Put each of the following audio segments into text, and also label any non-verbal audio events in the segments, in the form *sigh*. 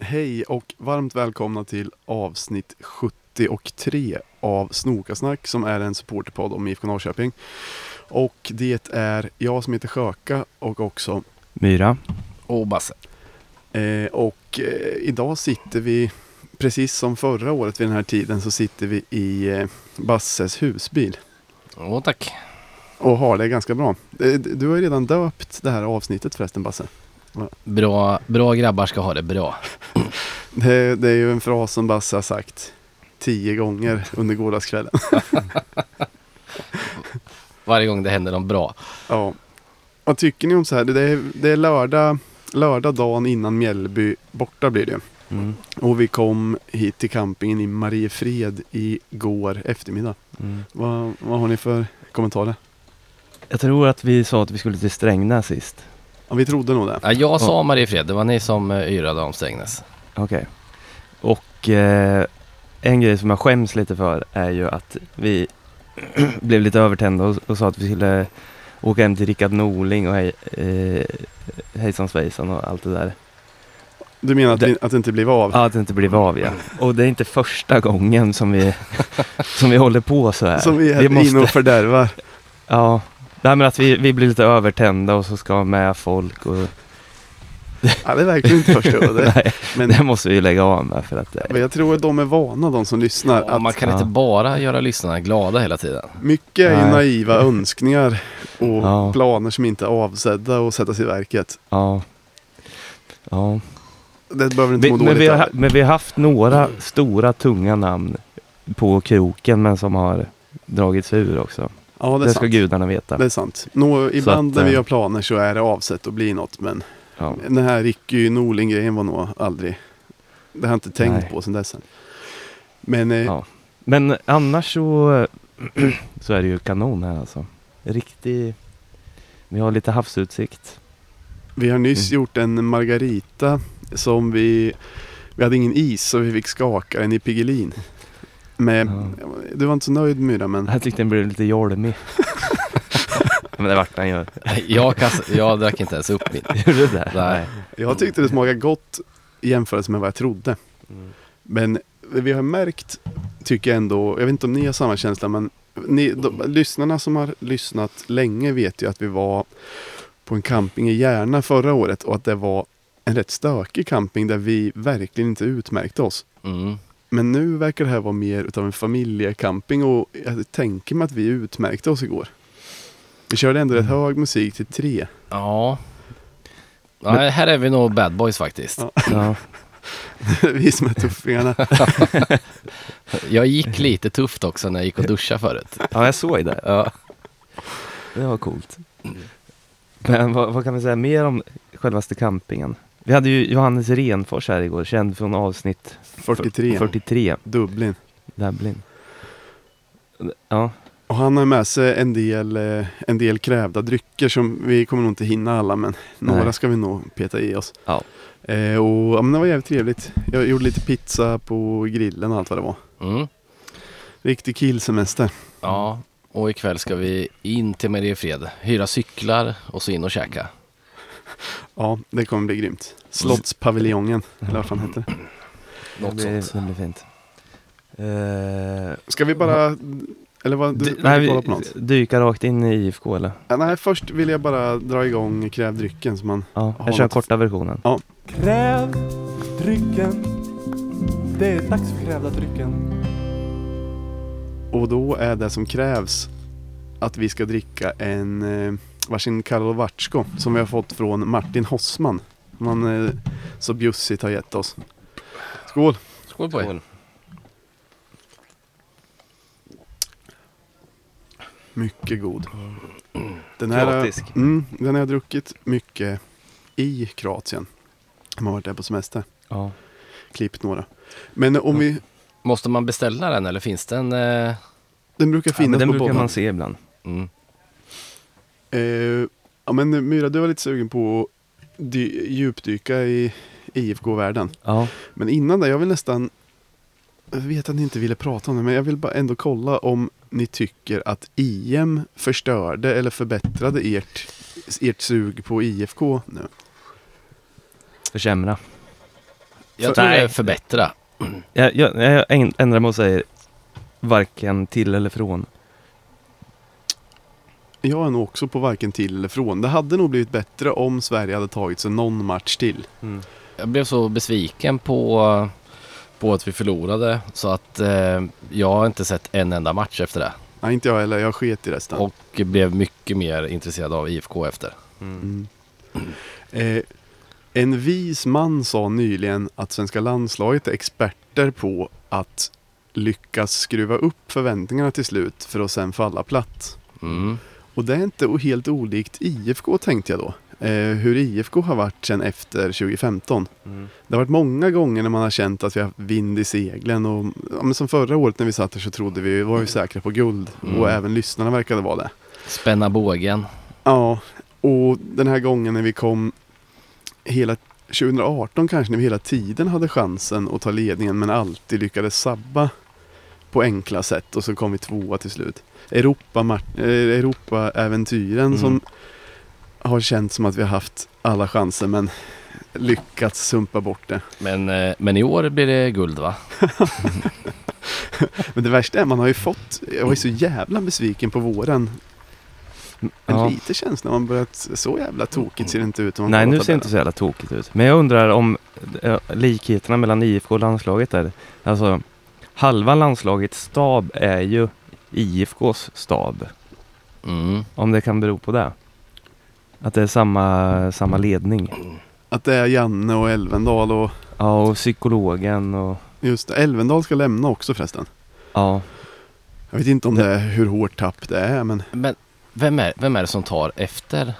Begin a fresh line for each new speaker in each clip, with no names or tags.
Hej och varmt välkomna till avsnitt 73 av Snokasnack som är en supporterpodd om IFK Norrköping. Och det är jag som heter Sjöka och också
Myra.
Och Basse.
Eh, och eh, idag sitter vi, precis som förra året vid den här tiden, så sitter vi i eh, Basses husbil
Åh tack.
och har det ganska bra. Eh, d- du har ju redan döpt det här avsnittet förresten Basse.
Bra, bra grabbar ska ha det bra.
Det, det är ju en fras som Basse har sagt tio gånger under gårdagskvällen.
Varje gång det händer något bra.
Ja. Vad tycker ni om så här? Det är, det är lördag, lördag dagen innan Mjällby borta blir det.
Mm.
Och vi kom hit till campingen i Mariefred igår eftermiddag.
Mm.
Vad, vad har ni för kommentarer?
Jag tror att vi sa att vi skulle till Strängnäs sist.
Ja, vi trodde nog det.
Ja, jag sa Mariefred, det var ni som eh, yrade om Strängnäs.
Okej. Och eh, en grej som jag skäms lite för är ju att vi *clears throat* blev lite övertända och, och sa att vi skulle åka hem till Rickard Norling och hej, eh, hejsan svejsan och allt det där.
Du menar att,
Det-
vi, att det inte blev av?
Ja, att det inte blev av ja. Och det är inte första gången
*laughs*
som vi, som vi håller på så här.
Som vi är
vi måste-
inne och
*laughs*
fördärvar.
Ja, nej men att vi, vi blir lite övertända och så ska med folk och
*laughs* Ja, det är verkligen inte första gången.
nej,
Men,
det måste vi ju lägga av med för att eh, det
men jag tror att de är vana, de som lyssnar.
Ja,
Att
man kan inte
Ja.
bara göra lyssnarna glada hela tiden. *laughs*
mycket är ju
Nej.
naiva önskningar och
Ja.
planer som inte är avsedda att sättas i verket.
Ja. Ja.
Det behöver du inte
Vi,
må
men,
dåligt
vi
över.
har, men vi har haft några stora tunga namn på kroken men som har dragits ur också.
Ja,
Det,
det är
ska
sant.
gudarna veta.
Det är sant. Nå, ibland
att,
när vi
eh,
gör planer så är det avsett att bli något. Men
ja.
den här Ricky Norling-grejen var nog aldrig... Det har jag inte tänkt
Nej.
på sedan dess. Men eh,
Ja. Men annars så, *clears throat* så är det ju kanon här alltså. Riktig, vi har lite havsutsikt.
vi har nyss
Mm.
gjort en margarita som vi... Vi hade ingen is så vi fick skaka den i Piggelin. Med,
Ja.
Du var inte så nöjd Myra, men
Jag tyckte den blev
*laughs*
lite jolmig. *laughs* men det vart den ju.
Jag, kast, jag drack inte ens upp min.
Gjorde du det?
Nej.
jag tyckte det smakade gott i jämförelse med vad jag trodde.
Mm.
Men vi har märkt, tycker jag ändå, jag vet inte om ni har samma känsla, men ni, de, lyssnarna som har lyssnat länge vet ju att vi var på en camping i Järna förra året och att det var en rätt stökig camping där vi verkligen inte utmärkte oss.
Mm.
Men nu verkar det här vara mer utav en familjecamping och jag tänker mig att vi utmärkte oss igår. Vi körde ändå rätt hög musik till tre. *laughs*
Ja. Nej, här är vi nog bad boys faktiskt.
Ja.
Ja.
vi som är tuffingarna.
Jag gick lite tufft också när jag gick och duschade förut.
ja, jag såg det.
Ja.
Det var coolt. Men vad, vad kan vi säga mer om självaste campingen? Vi hade ju Johannes Renfors här igår, känd från avsnitt
43.
43,
Dublin.
Dublin. Ja,
Och han har med sig en del, eh, en del krävda drycker som vi kommer nog inte hinna alla men några
Nej.
ska vi nog peta i oss.
Ja.
Eh, och ja, men det var jävligt trevligt. Jag gjorde lite pizza på grillen och allt vad det var.
Mm.
Riktig killsemester.
ja. Och ikväll ska vi in till Mariefred, hyra cyklar och så in och käka.
Ja, det kommer bli grymt. Slottspaviljongen, eller vad fan heter det.
det
Något
blir,
sånt.
det blir fint. Eh,
Ska vi bara... Eller vad? Du,
d-
vill
nej,
du kolla på
vi
något?
dyka rakt in i IFK eller?
Ja, nej, först vill jag bara dra igång krävdrycken som man...
Ja,
Ja,
jag kör
något-
korta versionen.
Kräv drycken. Det är dags för krävda drycken.
Och då är det som krävs att vi ska dricka en eh, varsin Karlovatsko som vi har fått från Martin Hossman. Som han eh, så bjussigt har gett oss. Skål!
Skål på er.
Mycket god. Den här,
Kroatisk.
Mm, den har jag druckit mycket i Kroatien. Man har varit där på semester.
Ja.
Klippt några. Men om vi...
Måste man beställa den eller finns den? Eh,
Den brukar
ja, men
finnas
den
på
brukar
båten.
man se ibland.
mm.
Eh, ja men Myra, du var lite sugen på att dy- djupdyka i IFK-världen.
Ja,
Men innan det, jag vill nästan... Jag vet att ni inte ville prata om det, men jag vill bara ändå kolla om ni tycker att IM förstörde eller förbättrade ert, ert sug på IFK nu.
försämra.
Jag
För-
tror det är
Nej.
förbättra.
Jag, jag, jag äng- ändrar mig och säger varken till eller från.
Jag är nog också på varken till eller från. Det hade nog blivit bättre om Sverige hade tagit sig någon match till.
Jag blev så besviken på, på att vi förlorade så att eh, jag har inte sett en enda match efter det.
Nej, inte jag heller. Jag sket i resten.
Och blev mycket mer intresserad av IFK efter.
Mm. Eh, en vis man sa nyligen att svenska landslaget är experter på att lyckas skruva upp förväntningarna till slut för att sen falla platt.
Mm.
Och det är inte o- helt olikt IFK tänkte jag då. Eh, hur IFK har varit sedan efter 2015.
Mm.
Det har varit många gånger när man har känt att vi har haft vind i seglen. Och, ja, men som förra året när vi satt här så trodde vi, var vi säkra på guld.
Mm.
Och även lyssnarna verkade vara det.
Spänna bågen.
Ja, och den här gången när vi kom hela 2018 kanske, när vi hela tiden hade chansen att ta ledningen men alltid lyckades sabba på enkla sätt och så kom vi tvåa till slut. Europa- eh, Europa-äventyren
Mm.
som har känts som att vi har haft alla chanser men lyckats sumpa bort det.
Men, eh, men i år blir det guld va?
Men det värsta är man har ju fått, jag var ju så jävla besviken på våren. Men
Ja.
lite känns när man börjat, så jävla tokigt ser det inte ut. om man
Nej,
kollar
nu ser det
tabellen.
inte så jävla tokigt ut. Men jag undrar om eh, likheterna mellan IFK och landslaget där. Alltså, halva landslagets stab är ju IFKs stab.
Mm.
Om det kan bero på det. Att det är samma, samma ledning.
Att det är Janne och Elvendal och
Ja, och psykologen och...
Just det, Elvendal ska lämna också förresten.
Ja,
Jag vet inte om det är hur hårt tapp det är men
Men vem är, vem är det som tar efter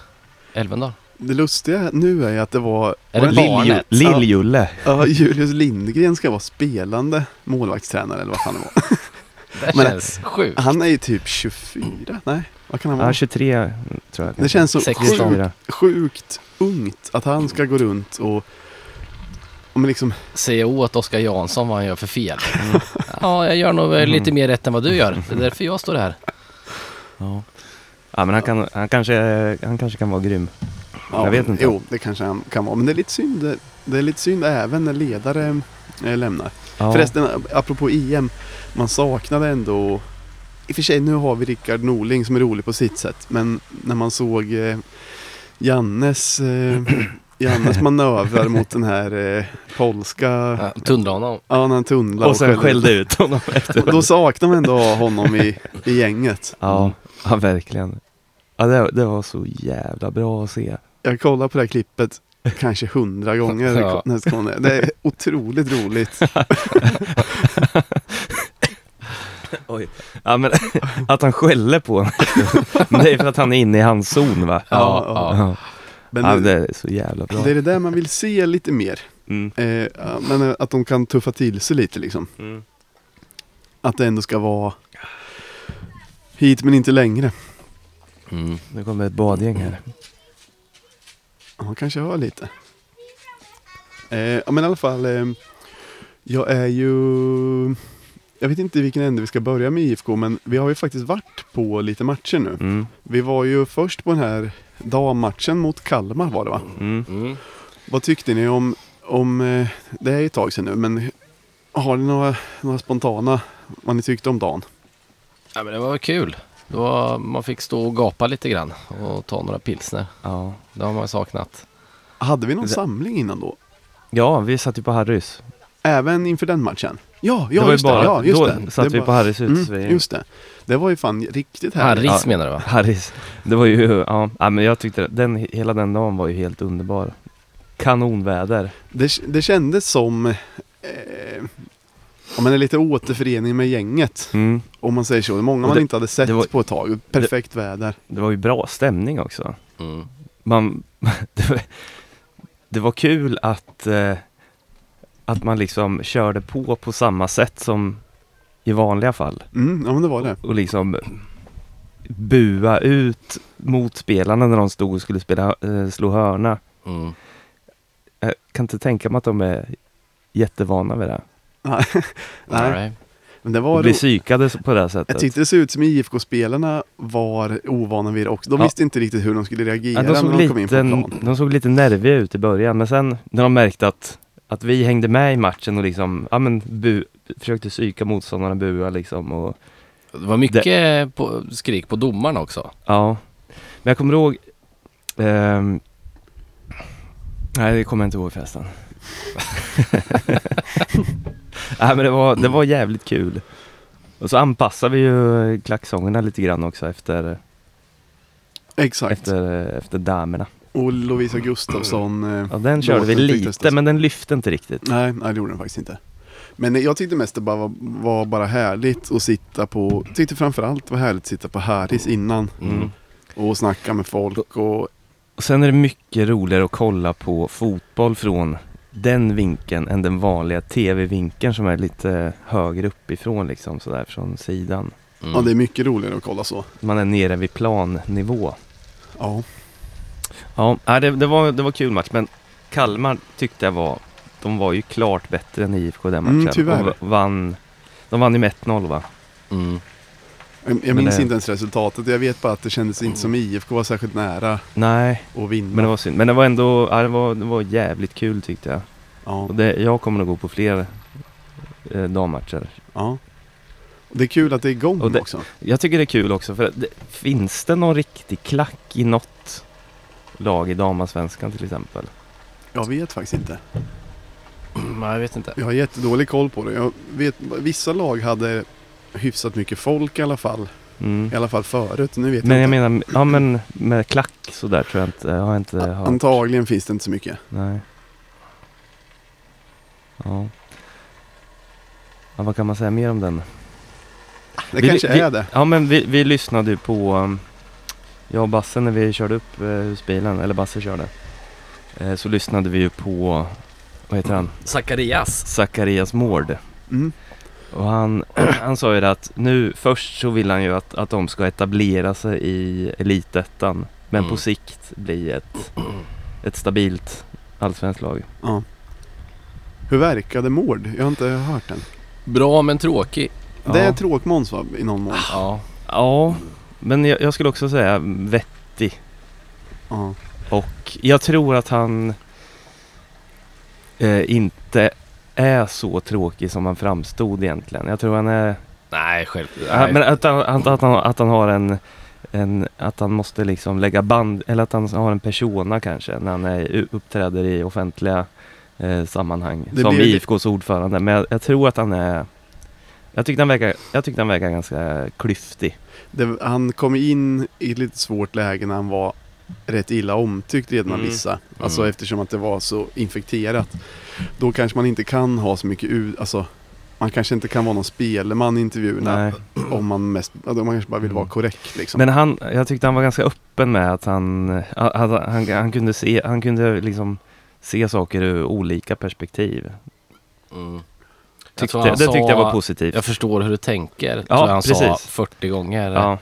Elfendal?
det lustiga nu är ju att det var
Är det
var en-
barnet?
Lill-Julle.
Ja, Julius Lindgren ska vara spelande målvaktstränare eller vad fan det
*laughs*
var.
Det
Men-
känns sjukt.
Han är ju typ 24, nej vad kan han vara?
Ja, 23 tror
Mm.
jag.
Det känns så
16.
sjukt,
64.
sjukt ungt att han ska gå runt och och men liksom,
Säga åt Oskar Jansson vad han gör för fel. Mm. *laughs* Ja, jag gör nog eh, lite mer rätt än vad du gör. Det är därför jag står här.
Ja. ja, men han, kan, han, kanske, han kanske kan vara grym.
ja,
Jag vet inte.
Jo, det kanske han kan vara. Men det är lite synd, det- det är lite synd även när ledare eh, lämnar.
Ja.
Förresten, apropå EM, man saknade ändå... I och för sig, nu har vi Rickard Norling som är rolig på sitt sätt, men när man såg eh, Jannes, eh, Jannes manövrar mot den här eh, polska...
Ja,
Ja,
Tundra honom.
när han tunnlar
och sen skällde ut honom
ut.
efteråt.
Då saknar man ändå honom i, i gänget.
Ja, ja verkligen. Ja, det, det var så jävla bra att se.
Jag kollar på det här klippet kanske hundra gånger
Ja.
nästa gång. Det är otroligt roligt.
Ja, men *laughs* att han skäller på honom. *laughs* Men det är för att han är inne i hans zon va?
Ja,
Ja,
Ja,
Men
ja det
det,
är så jävla bra.
det är det där man vill se lite mer.
Mm.
Eh, ja, men eh, att de kan tuffa till sig lite liksom.
Mm.
Att det ändå ska vara hit men inte längre.
ja. Mm.
Nu kommer ett badgäng här.
Ja, Man kanske hör lite. Eh, ja, men i alla fall. Eh, jag är ju... Jag vet inte i vilken ände vi ska börja med IFK men vi har ju faktiskt varit på lite matcher nu.
Mm.
Vi var ju först på den här dammatchen mot Kalmar var det va?
Mm.
Mm.
Vad tyckte ni om, om eh, det är ju ett tag sedan nu men har ni några, några spontana vad ni tyckte om dagen?
Ja, men det var kul. Det var, man fick stå och gapa lite grann och ta några pilsner.
Ja.
Det har man ju saknat.
Hade vi någon
Det-
samling innan då?
ja, vi satt ju på Harrys.
Även inför den matchen? Ja,
det
ja
ju
just det. Ja, just
då
det.
satt
det
vi
bara-
på Harrys hus.
Mm,
vid-
just det. Det var ju fan riktigt härligt.
Harris
Ja.
Ah, menar du va?
Harrys. Det var ju, ja, ja men jag tyckte den, hela den dagen var ju helt underbar. Kanonväder.
Det, det kändes som eh, om man är lite återförening med gänget.
Mm.
Om man säger så. Det är Många
Och
man
det-
inte hade sett
det var-
på ett tag. Perfekt väder.
Det var ju bra stämning också.
Mm.
Man, *laughs* det, var, det var kul att, eh, att man liksom körde på på samma sätt som i vanliga fall.
Mm, ja men det *laughs* var det.
Och liksom bua ut motspelarna när de stod och skulle spela, eh, slå hörna.
Mm.
Jag kan inte tänka mig att de är jättevana vid det.
Nej,
All right.
men det
Och
var
bli
roligt.
psykade på det här sättet.
Jag tyckte det såg ut som IFK-spelarna var ovana vid det också. De
Ja.
visste inte riktigt hur de skulle reagera
Ja, de,
när
såg
de kom in på
lite,
plan.
de såg lite nerviga ut i början men sen när de märkte att att vi hängde med i matchen och liksom, ja men bu, försökte psyka motståndarna, bua liksom och
Det var mycket på, skrik på domarna också.
Ja, men jag kommer ihåg... ehm, nej, det kommer jag inte ihåg förresten. *laughs* nej, men det var, det var jävligt kul. Och så anpassade vi ju klacksångerna lite grann också efter,
Exakt.
efter, efter damerna.
Och Lovisa Gustafsson. eh,
Ja, den körde vi
låten tycktes det
lite,
som.
men den lyfte inte riktigt.
Nej, nej, det gjorde den faktiskt inte. Men eh, jag tyckte mest det bara var, var bara härligt att sitta på, tyckte framförallt det var härligt att sitta på Harris innan
Mm.
och snacka med folk och
Och sen är det mycket roligare att kolla på fotboll från den vinkeln än den vanliga tv-vinkeln som är lite högre uppifrån liksom sådär från sidan.
Mm.
ja, det är mycket roligare att kolla så.
Man är nere vid plannivå.
Ja,
Ja, nej, det, det, var, det var kul match, men Kalmar tyckte jag var... De var ju klart bättre än IFK den matchen.
Mm, tyvärr.
Och v- vann, de vann ju med 1-0 va?
Mm. *clears throat*
jag, jag
Men
minns
det-
inte ens resultatet. Jag vet bara att det kändes inte som IFK var särskilt nära
Nej,
att vinna.
men det var synd. Men det var ändå... Ja, det, var, det var jävligt kul tyckte jag.
ja,
Och det, jag kommer nog gå på fler eh, dammatcher.
ja. Det är kul att det är igång
Och det-
också.
Jag tycker det är kul också för att det, finns det någon riktig klack i något lag i damallsvenskan till exempel?
Jag vet faktiskt inte.
Nej, jag vet inte.
Jag har jättedålig koll på det. Jag vet, vissa lag hade hyfsat mycket folk i alla fall.
Mm.
I alla fall förut. Nu vet
Men
jag
jag
inte.
menar, ja men med klack sådär tror jag inte, har jag inte
A-
hört.
Antagligen finns det inte så mycket.
Nej. Ja. ja. Vad kan man säga mer om den?
Det
Vi-
kanske
vi-
är det.
Ja men vi, vi lyssnade ju på um, Jag och Basse när vi körde upp eh, husbilen, eller Basse körde. Eh, så lyssnade vi ju på Vad heter han?
Zacharias.
Zacharias Mård.
Mm.
Och han, *clears throat* han sa ju det att nu först så vill han ju att, att de ska etablera sig i elitettan. Men
Mm.
på sikt bli ett, ett stabilt allsvenskt lag.
Ja. Hur verkade Mård? Jag har inte hört den.
Bra men tråkig.
Det är
Ja. Ah.
tråkmåns va? I någon mån.
Ja.
Ja, men jag, jag skulle också säga vettig.
Ja.
Och jag tror att han eh, inte är så tråkig som han framstod egentligen. Jag tror han är...
Nej, själv.
Han,
Nej.
Äh, men att han, att, att, han, att han har en, en... Att han måste liksom lägga band, eller att han har en persona kanske när han är, uppträder i offentliga eh, sammanhang.
Det
som
blir-
IFKs ordförande. Men jag, jag tror att han är... Jag tyckte han verkar, jag tyckte han verkar ganska klyftig.
Det, han kom in i ett lite svårt läge när han var rätt illa omtyckt redan av
Mm.
vissa. Alltså
Mm.
eftersom att det var så infekterat. Då kanske man inte kan ha så mycket ut, alltså man kanske inte kan vara någon spelman i intervjuerna om man mest, alltså, man kanske bara vill vara
Mm.
korrekt liksom.
Men han, jag tyckte han var ganska öppen med att han, att han, han, han kunde se, han kunde liksom se saker ur olika perspektiv.
Mm. Jag
Tyckte,
tror
det
han sa-
tyckte jag var positivt.
Jag förstår hur du tänker.
Ja,
tror jag han sa
precis.
40 gånger.
ja,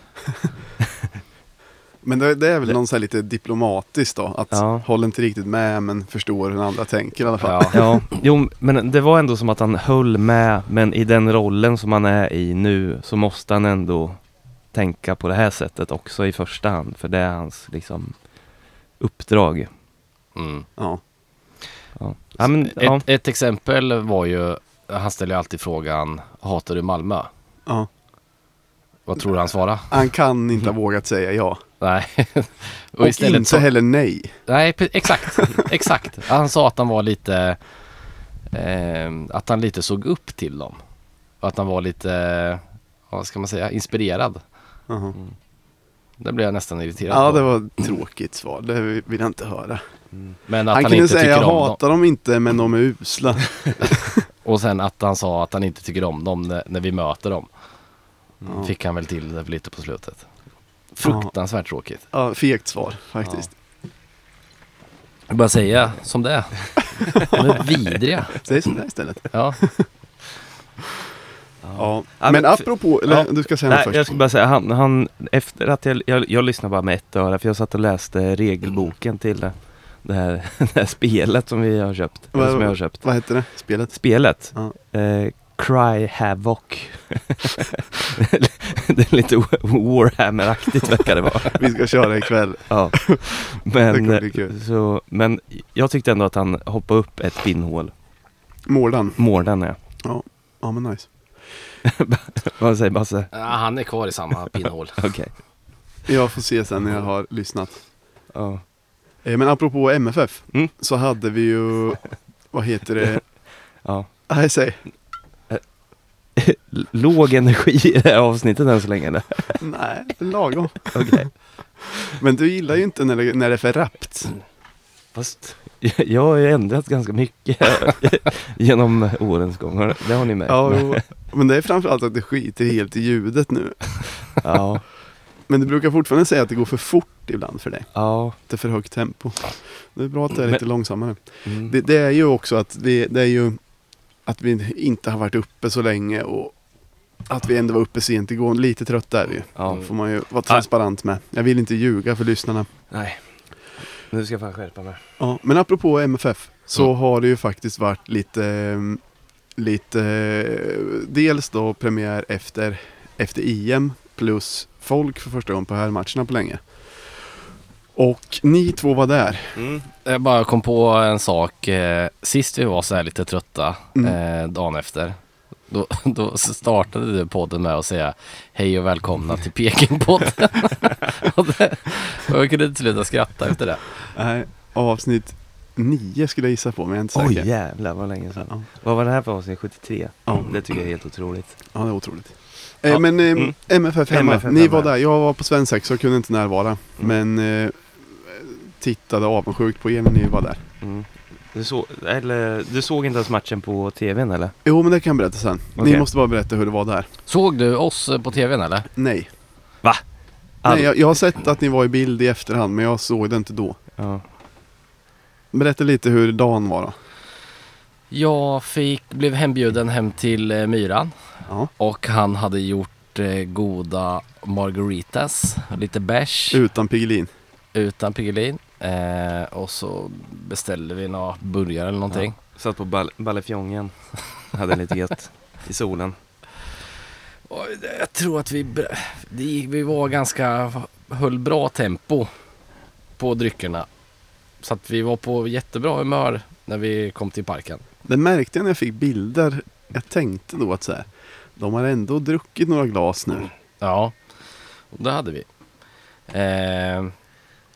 Men det, det är väl
Det-
någon så här lite diplomatiskt då? Att
Ja.
håll inte riktigt med men förstår hur andra tänker i alla fall.
Ja.
ja. Jo, men det var ändå som att han höll med, men i den rollen som han är i nu så måste han ändå tänka på det här sättet också i första hand, för det är hans liksom uppdrag.
Mm.
Ja.
Ja, ja men ja.
Ett, ett exempel var ju, han ställer ju alltid frågan, hatar du Malmö?
ja.
Vad tror du han svarar?
Han kan inte ha vågat säga ja.
Nej. Och,
Och
istället
inte
så,
heller nej.
Nej, pe- exakt. Exakt. Han sa att han var lite, eh, att han lite såg upp till dem. Och att han var lite, eh, vad ska man säga, inspirerad.
Jaha.
Det blev jag nästan irriterad
Ja,
på.
det var ett tråkigt svar. Det vill jag inte höra.
Men att
Han
han,
kunde
inte
säga
tycker
jag
om dem.
hatar dem inte men de är usla.
Och sen att han sa att han inte tycker om dem när, när vi möter dem.
Ja.
Fick han väl till det lite på slutet. Fruktansvärt tråkigt.
Ja, fegt svar faktiskt.
Jag vill bara säga som det är. De är vidriga.
Säg sådär istället.
Ja.
Ja.
Ja,
Men
men-
apropå, eller
Ja.
du ska säga något
Nej,
först.
jag skulle bara säga, han, han efter att jag, jag, jag lyssnade bara med ett öra för jag satt och läste regelboken till det, det, här, *laughs* det här spelet som vi har köpt.
Vad-
Eller som jag har köpt.
Vad hette det? Spelet?
Spelet?
Ja.
Eh, Cry Havoc. *laughs* det är lite Warhammer-aktigt verkar
*laughs*
det vara.
Vi ska köra ikväll.
Ja.
Det
Men, eh,
kommer bli kul.
så, men jag tyckte ändå att han hoppade upp ett pinnhål.
Mårdan.
Mården ja.
Ja men nice.
Vad
*laughs*
säger Basse?
Ja, han är kvar i samma pinnhål.
Okej.
Jag får se sen när jag har lyssnat.
Ja.
Eh, Men apropå MFF
Mm.
så hade vi ju, vad heter det?
ja.
Nej säg.
L- Låg energi i det här avsnittet än så länge eller?
Nej, lagom.
*laughs* Okej.
Men du gillar ju inte när det, när det är för rappt.
Fast jag har ju ändrat ganska mycket *laughs* genom årens gång. Har- Det har ni märkt.
Ja, jo. men det är framförallt att det skiter helt i ljudet nu.
ja.
Men du brukar fortfarande säga att det går för fort ibland för dig.
ja.
Det är för högt tempo. Det är bra att det är lite långsammare.
Mm.
Det, det är ju också att vi, det är ju att vi inte har varit uppe så länge och att vi ändå var uppe sent igår. Lite trötta är vi ju.
ja.
Får man ju vara transparent med. Jag vill inte ljuga för lyssnarna.
Nej. Nu ska jag fan skärpa mig.
Ja, men apropå MFF så
Mm.
har det ju faktiskt varit lite, ehm, lite eh, dels då premiär efter, efter EM plus folk för första gången på här matcherna på länge. Och ni två var där.
Mm.
Jag bara kom på en sak. eh, Sist vi var så här lite trötta
Mm.
eh, dagen efter. Då, *laughs* då startade du podden med att säga hej och välkomna till Pekingpodden. och, det, och jag kunde inte sluta skratta efter det.
Nej, avsnitt nio skulle jag gissa på, men jag är inte säker.
Oj jävlar vad länge sedan.
Ja,
Vad var det här för avsnitt? 73?
Ja.
Det tycker jag är helt otroligt.
ja, det är otroligt.
Ja,
Eh, men eh,
mm.
MFF hemma.
MFF
Ni
hemma. Mm.
var där, jag var på svensexa och kunde inte närvara. Men eh, tittade avundsjukt på er när ni var där.
Mm. Du, så, eller, du såg inte ens matchen på tvn eller?
Jo, men det kan jag berätta sen. Ni
Okej.
måste bara berätta hur det var där.
Såg du oss eh, på tvn eller?
Nej.
Va? All-
Nej, jag, jag har sett att ni var i bild i efterhand, men jag såg det inte då.
Ja.
Berätta lite hur dagen var då.
Jag fick, blev hembjuden hem till eh, Myran
Ja.
och han hade gjort eh, goda margaritas, lite bärs
Utan Piggelin.
utan Piggelin. Eh, och så beställde vi några burgare eller någonting.
Satt på bal- Ballefjongen. *laughs* Hade lite gött. I solen.
Och jag tror att vi, br- det gick- vi var ganska, höll bra tempo på dryckerna. Så att vi var på jättebra humör när vi kom till parken.
Det märkte jag när jag fick bilder. Jag tänkte då att så här, de har ändå druckit några glas nu.
Ja, och det hade vi. Eh,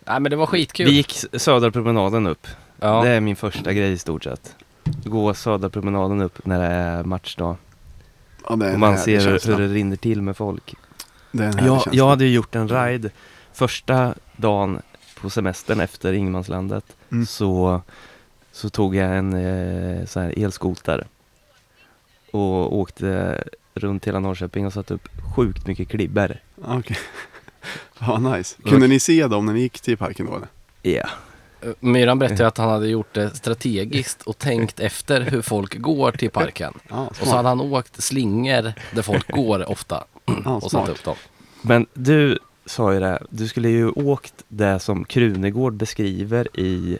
nej men det var skitkul.
Vi gick s- Södra promenaden upp.
ja.
Det är min första grej i stort sett. Gå Södra promenaden upp när det är matchdag.
Ja, det är
Och
en
man
härlig
ser
känsla.
hur det rinner till med folk.
Det är en härlig
Jag,
känsla.
jag hade ju gjort en ride första dagen på semestern efter Ingmanslandet.
Mm.
Så, så tog jag en eh, sån här elskoter och åkte runt hela Norrköping och satte upp sjukt mycket klibbor.
Ja, Okej. *laughs* Ja, nice. Kunde ni se dem när ni gick till parken då eller?
Ja.
Myran berättade ju att han hade gjort det strategiskt och tänkt efter hur folk går till parken.
Ja,
Och så
smart.
hade han åkt slingor där folk går ofta
Ja,
och satt
smart.
upp dem.
Men du sa ju det, här, du skulle ju åkt det som Krunegård beskriver i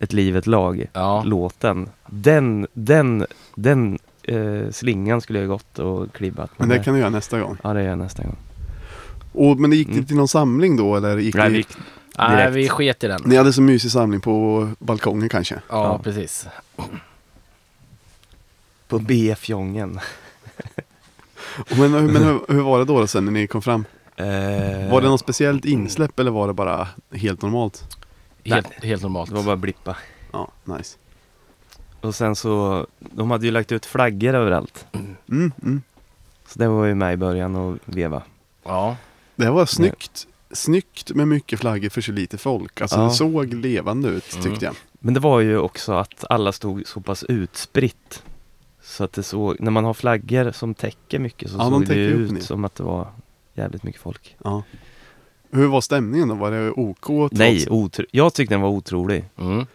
Ett livet lag.
Ja,
låten. Den, den, den eh, slingan skulle jag gått och klibbat.
Men det kan du göra nästa gång.
Ja, det gör jag nästa gång.
Och, men det gick
Mm.
till någon samling då eller? Gick
Nej,
ni-
vi,
nej
direkt.
vi sket i den. Ja,
Ni hade så mysig samling på balkongen kanske?
Ja.
precis.
på B-fjongen.
Men,
*laughs*
men hur, hur var det då, då sen när ni kom fram?
Eh,
Var det något speciellt insläpp eller var det bara helt normalt?
Helt, helt normalt.
Det var bara blippa.
Ja, nice.
Och sen så, de hade ju lagt ut flaggor överallt.
Mm, mm.
Så det var ju med i början och veva.
Ja,
Det var snyggt. Snyggt med mycket flaggor för så lite folk. Alltså
Ja.
det såg levande ut
Mm.
tyckte jag.
Men det var ju också att alla stod så pass utspritt. Så att det såg, när man har flaggor som täcker mycket så
Ja, de
såg det ju
täcker upp ner.
ut som att det var jävligt mycket folk.
Ja. Hur var stämningen då? Var det OK? trots-
Nej, otro, jag tyckte den var otrolig.
mm.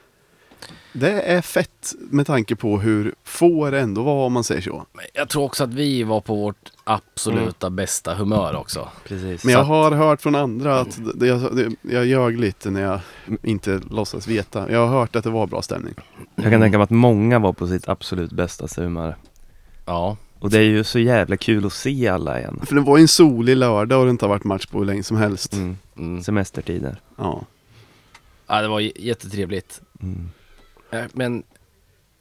Det är fett med tanke på hur få det ändå var om man säger så.
Men jag tror också att vi var på vårt absoluta
Mm.
bästa humör också.
Precis.
Men jag har hört från andra att det, jag, det, jag ljög lite när jag inte låtsas veta. Jag har hört att det var bra stämning.
Jag kan tänka mig att många var på sitt absolut bästa humör.
Ja,
Och det är ju så jävla kul att se alla igen.
För det var ju en solig lördag och det inte har varit match på hur länge som helst.
Mm.
mm.
Semestertider.
Ja.
ja det var j- jättetrevligt.
Mm.
Eh, Men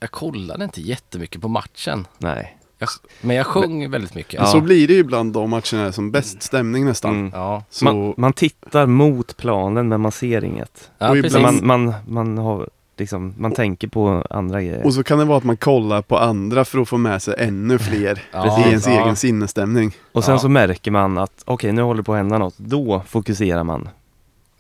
jag kollade inte jättemycket på matchen.
Nej.
Jag, men jag sjöng väldigt mycket.
Ja.
Så blir det ju ibland de matcherna det är som bäst stämning nästan.
Mm.
Ja,
Så,
Man, man tittar mot planen men man ser inget.
ja
Och
precis.
Så
ibland-
man, man, man, har, liksom, man tänker på andra grejer.
Och så kan det vara att man kollar på andra för att få med sig ännu fler
Ja,
i ens
ja.
egen sinnesstämning.
Och sen
Ja.
så märker man att okej, nu håller det på att hända något. Då fokuserar man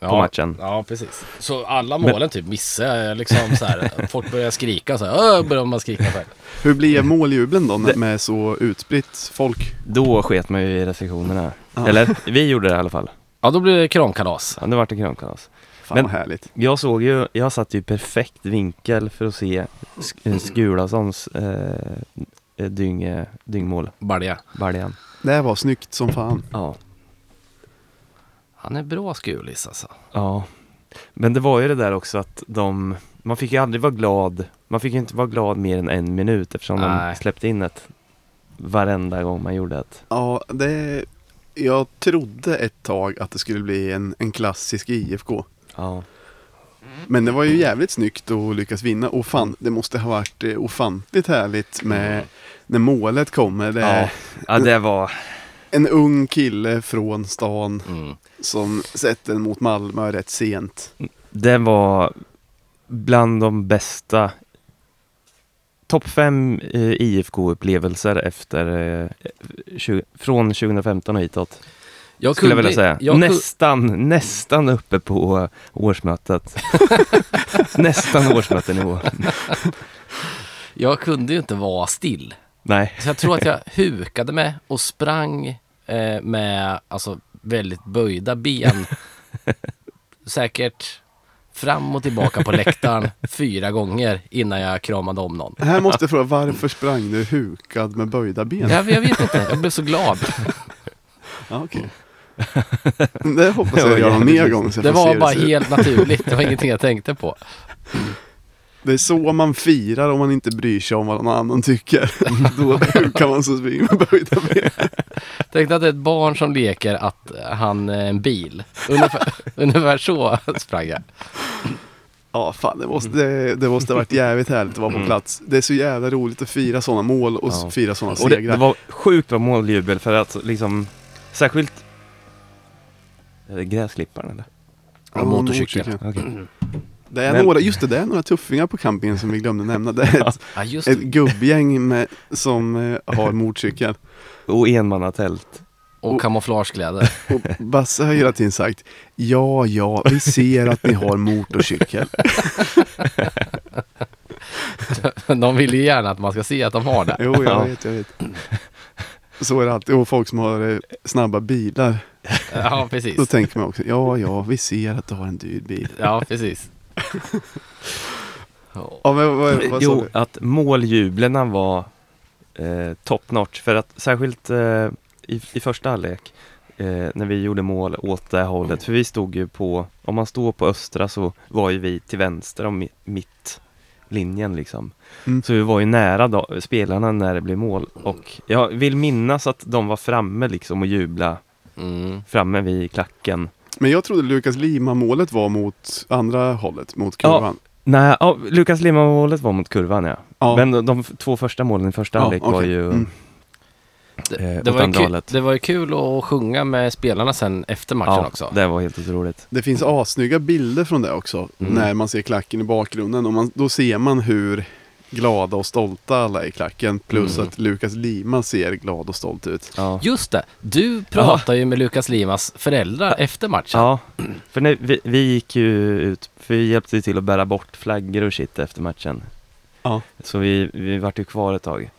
ja.
på matchen.
Ja, precis. Så alla målen typ missade jag liksom
*laughs*
så här. Folk började skrika så här. "Åh", började man skrika själv.
Hur blev
Mm.
måljublen då när- med så utspritt folk?
Då sket man ju i restriktionerna.
Ja.
Eller vi gjorde det i alla fall.
Ja, då blir det kramkalas.
Ja, det vart en kramkalas.
Fan
Men-
vad härligt.
Jag såg ju, jag satt ju i perfekt vinkel för att se Sk- Skulasons eh, dyng, eh, dyngmål,
Balja.
baljan.
Det här var snyggt som fan.
Ja.
Han är bra skulis alltså.
ja. Men det var ju det där också att de, man fick ju aldrig vara glad, man fick ju inte vara glad mer än en minut eftersom
Nej.
de släppte in ett varenda gång man gjorde ett.
Ja, det... Jag trodde ett tag att det skulle bli en, en klassisk IFK.
Ja.
Men det var ju jävligt snyggt att lyckas vinna. Och fan, det måste ha varit eh, ofantligt härligt med när målet kommer. Det är
Mm. Ja. ja, det var,
en ung kille från stan
Mm.
som sätter den mot Malmö rätt sent.
det var bland de bästa Topp fem eh, IFK-upplevelser efter eh, tju- från 2015 och hitåt.
Jag
skulle jag
kunde-
vilja säga.
Jag, ku-
nästan, nästan uppe på
*laughs*
årsmötet. nästan årsmötenivå.
jag kunde ju inte vara still.
Nej.
Så jag tror att jag hukade med och sprang eh, med alltså, väldigt
*laughs*
böjda ben. Säkert fram och tillbaka på läktaren fyra gånger innan jag kramade om någon.
Här måste jag fråga, varför sprang du hukad med böjda ben?
Jag, jag vet inte, jag blev så glad.
Ja, okej. Det hoppas
Det var
jag gör någon
jävligt
mer gång. Så jag
Det
får se
var
hur
bara
ser ut.
helt naturligt, det var ingenting jag tänkte på.
Det är så man firar om man inte bryr sig om vad någon annan tycker. *laughs* Då kan man så springa med böjda ben.
Tänk att det är ett barn som leker att han är en bil.
*laughs*
Ungefär, ungefär så sprang jag.
Ja, fan det måste, det, det måste ha varit jävligt härligt att vara på plats. Det är så jävla roligt att fira sådana mål och
Mm. Ja.
fira sådana
Och det,
segrar.
det var sjukt bra måljubel för att liksom, särskilt är det gräsklipparen eller?
Ja,
Ja, motorcykeln.
motorcykeln.
Okej.
Det är
Men-
några, just det, det är några tuffingar på campingen som vi glömde nämna. Det är ett,
Ja, just
ett
det.
gubbgäng med, som eh, har motorcykel.
Och enmannatält.
Och kamouflagekläder.
Och Basse har hela tiden sagt Ja, ja, vi ser att ni har motorcykel.
De vill ju gärna att man ska se att de har det.
Jo, jag
Ja.
vet, jag vet. Så är det alltid. Och folk som har eh, snabba bilar.
Ja, precis.
Då tänker man också, ja, ja, vi ser att du har en dyr bil.
Ja, precis. *laughs* Ja.
Ja, men vad, vad sa
Jo,
du?
att måljublerna var eh, top notch. För att särskilt eh, i, i första halvlek eh, när vi gjorde mål åt det här hållet. För vi stod ju på, om man står på östra så var ju vi till vänster om mi- mittlinjen liksom.
Mm.
Så vi var ju nära då, spelarna när det blev mål. Och jag vill minnas att de var framme liksom och jubla
Mm.
framme vid klacken.
Men jag trodde Lukas Lima-målet var mot andra hållet, mot kurvan.
Nej, ja, Lukas Lima-målet var mot kurvan ja.
Ja,
Men de, de f- två första målen i första
Ja,
halvlek var
okej.
ju
Mm.
eh,
Det,
åt
var ju
andra
kul,
hållet.
det var ju kul att sjunga med spelarna sen efter matchen också.
det var helt otroligt.
det finns assnygga bilder från det också.
Mm.
När man ser klacken i bakgrunden. Och man, då ser man hur glada och stolta alla är i klacken. Plus
Mm.
att Lukas Lima ser glad och stolt ut.
Ja.
Just det, du pratar ju med Lukas Limas föräldrar efter matchen.
ja, för när vi, vi gick ju ut, för vi hjälpte ju till att bära bort flaggor och shit efter matchen.
Ja.
Så vi, vi vart ju kvar ett tag.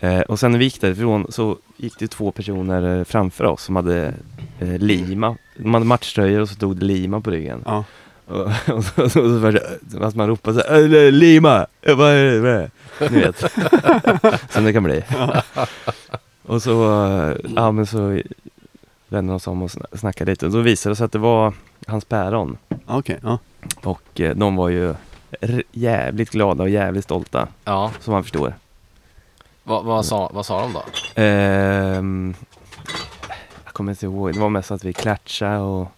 Eh, och sen när vi gick därifrån så gick det ju två personer eh, framför oss som hade eh, lima, de hade matchtröjor och så stod det lima på ryggen.
Ja.
Och, *laughs* och så, och så var det, att man ropade så här, "Äh, lima, Äh, vad är det? vad är det?" Ni vet. Som det kan bli. Och så, eh, ja men så vände de oss om och sna- snackade lite. Och då visade det sig att det var hans päron.
Ja, Ah, Okej, ja.
Och eh, de var ju r- jävligt glada och jävligt stolta,
Ja.
som man förstår.
Vad, vad, sa, vad sa de då?
Ehm, jag kommer inte ihåg, det var mest att vi klatschade och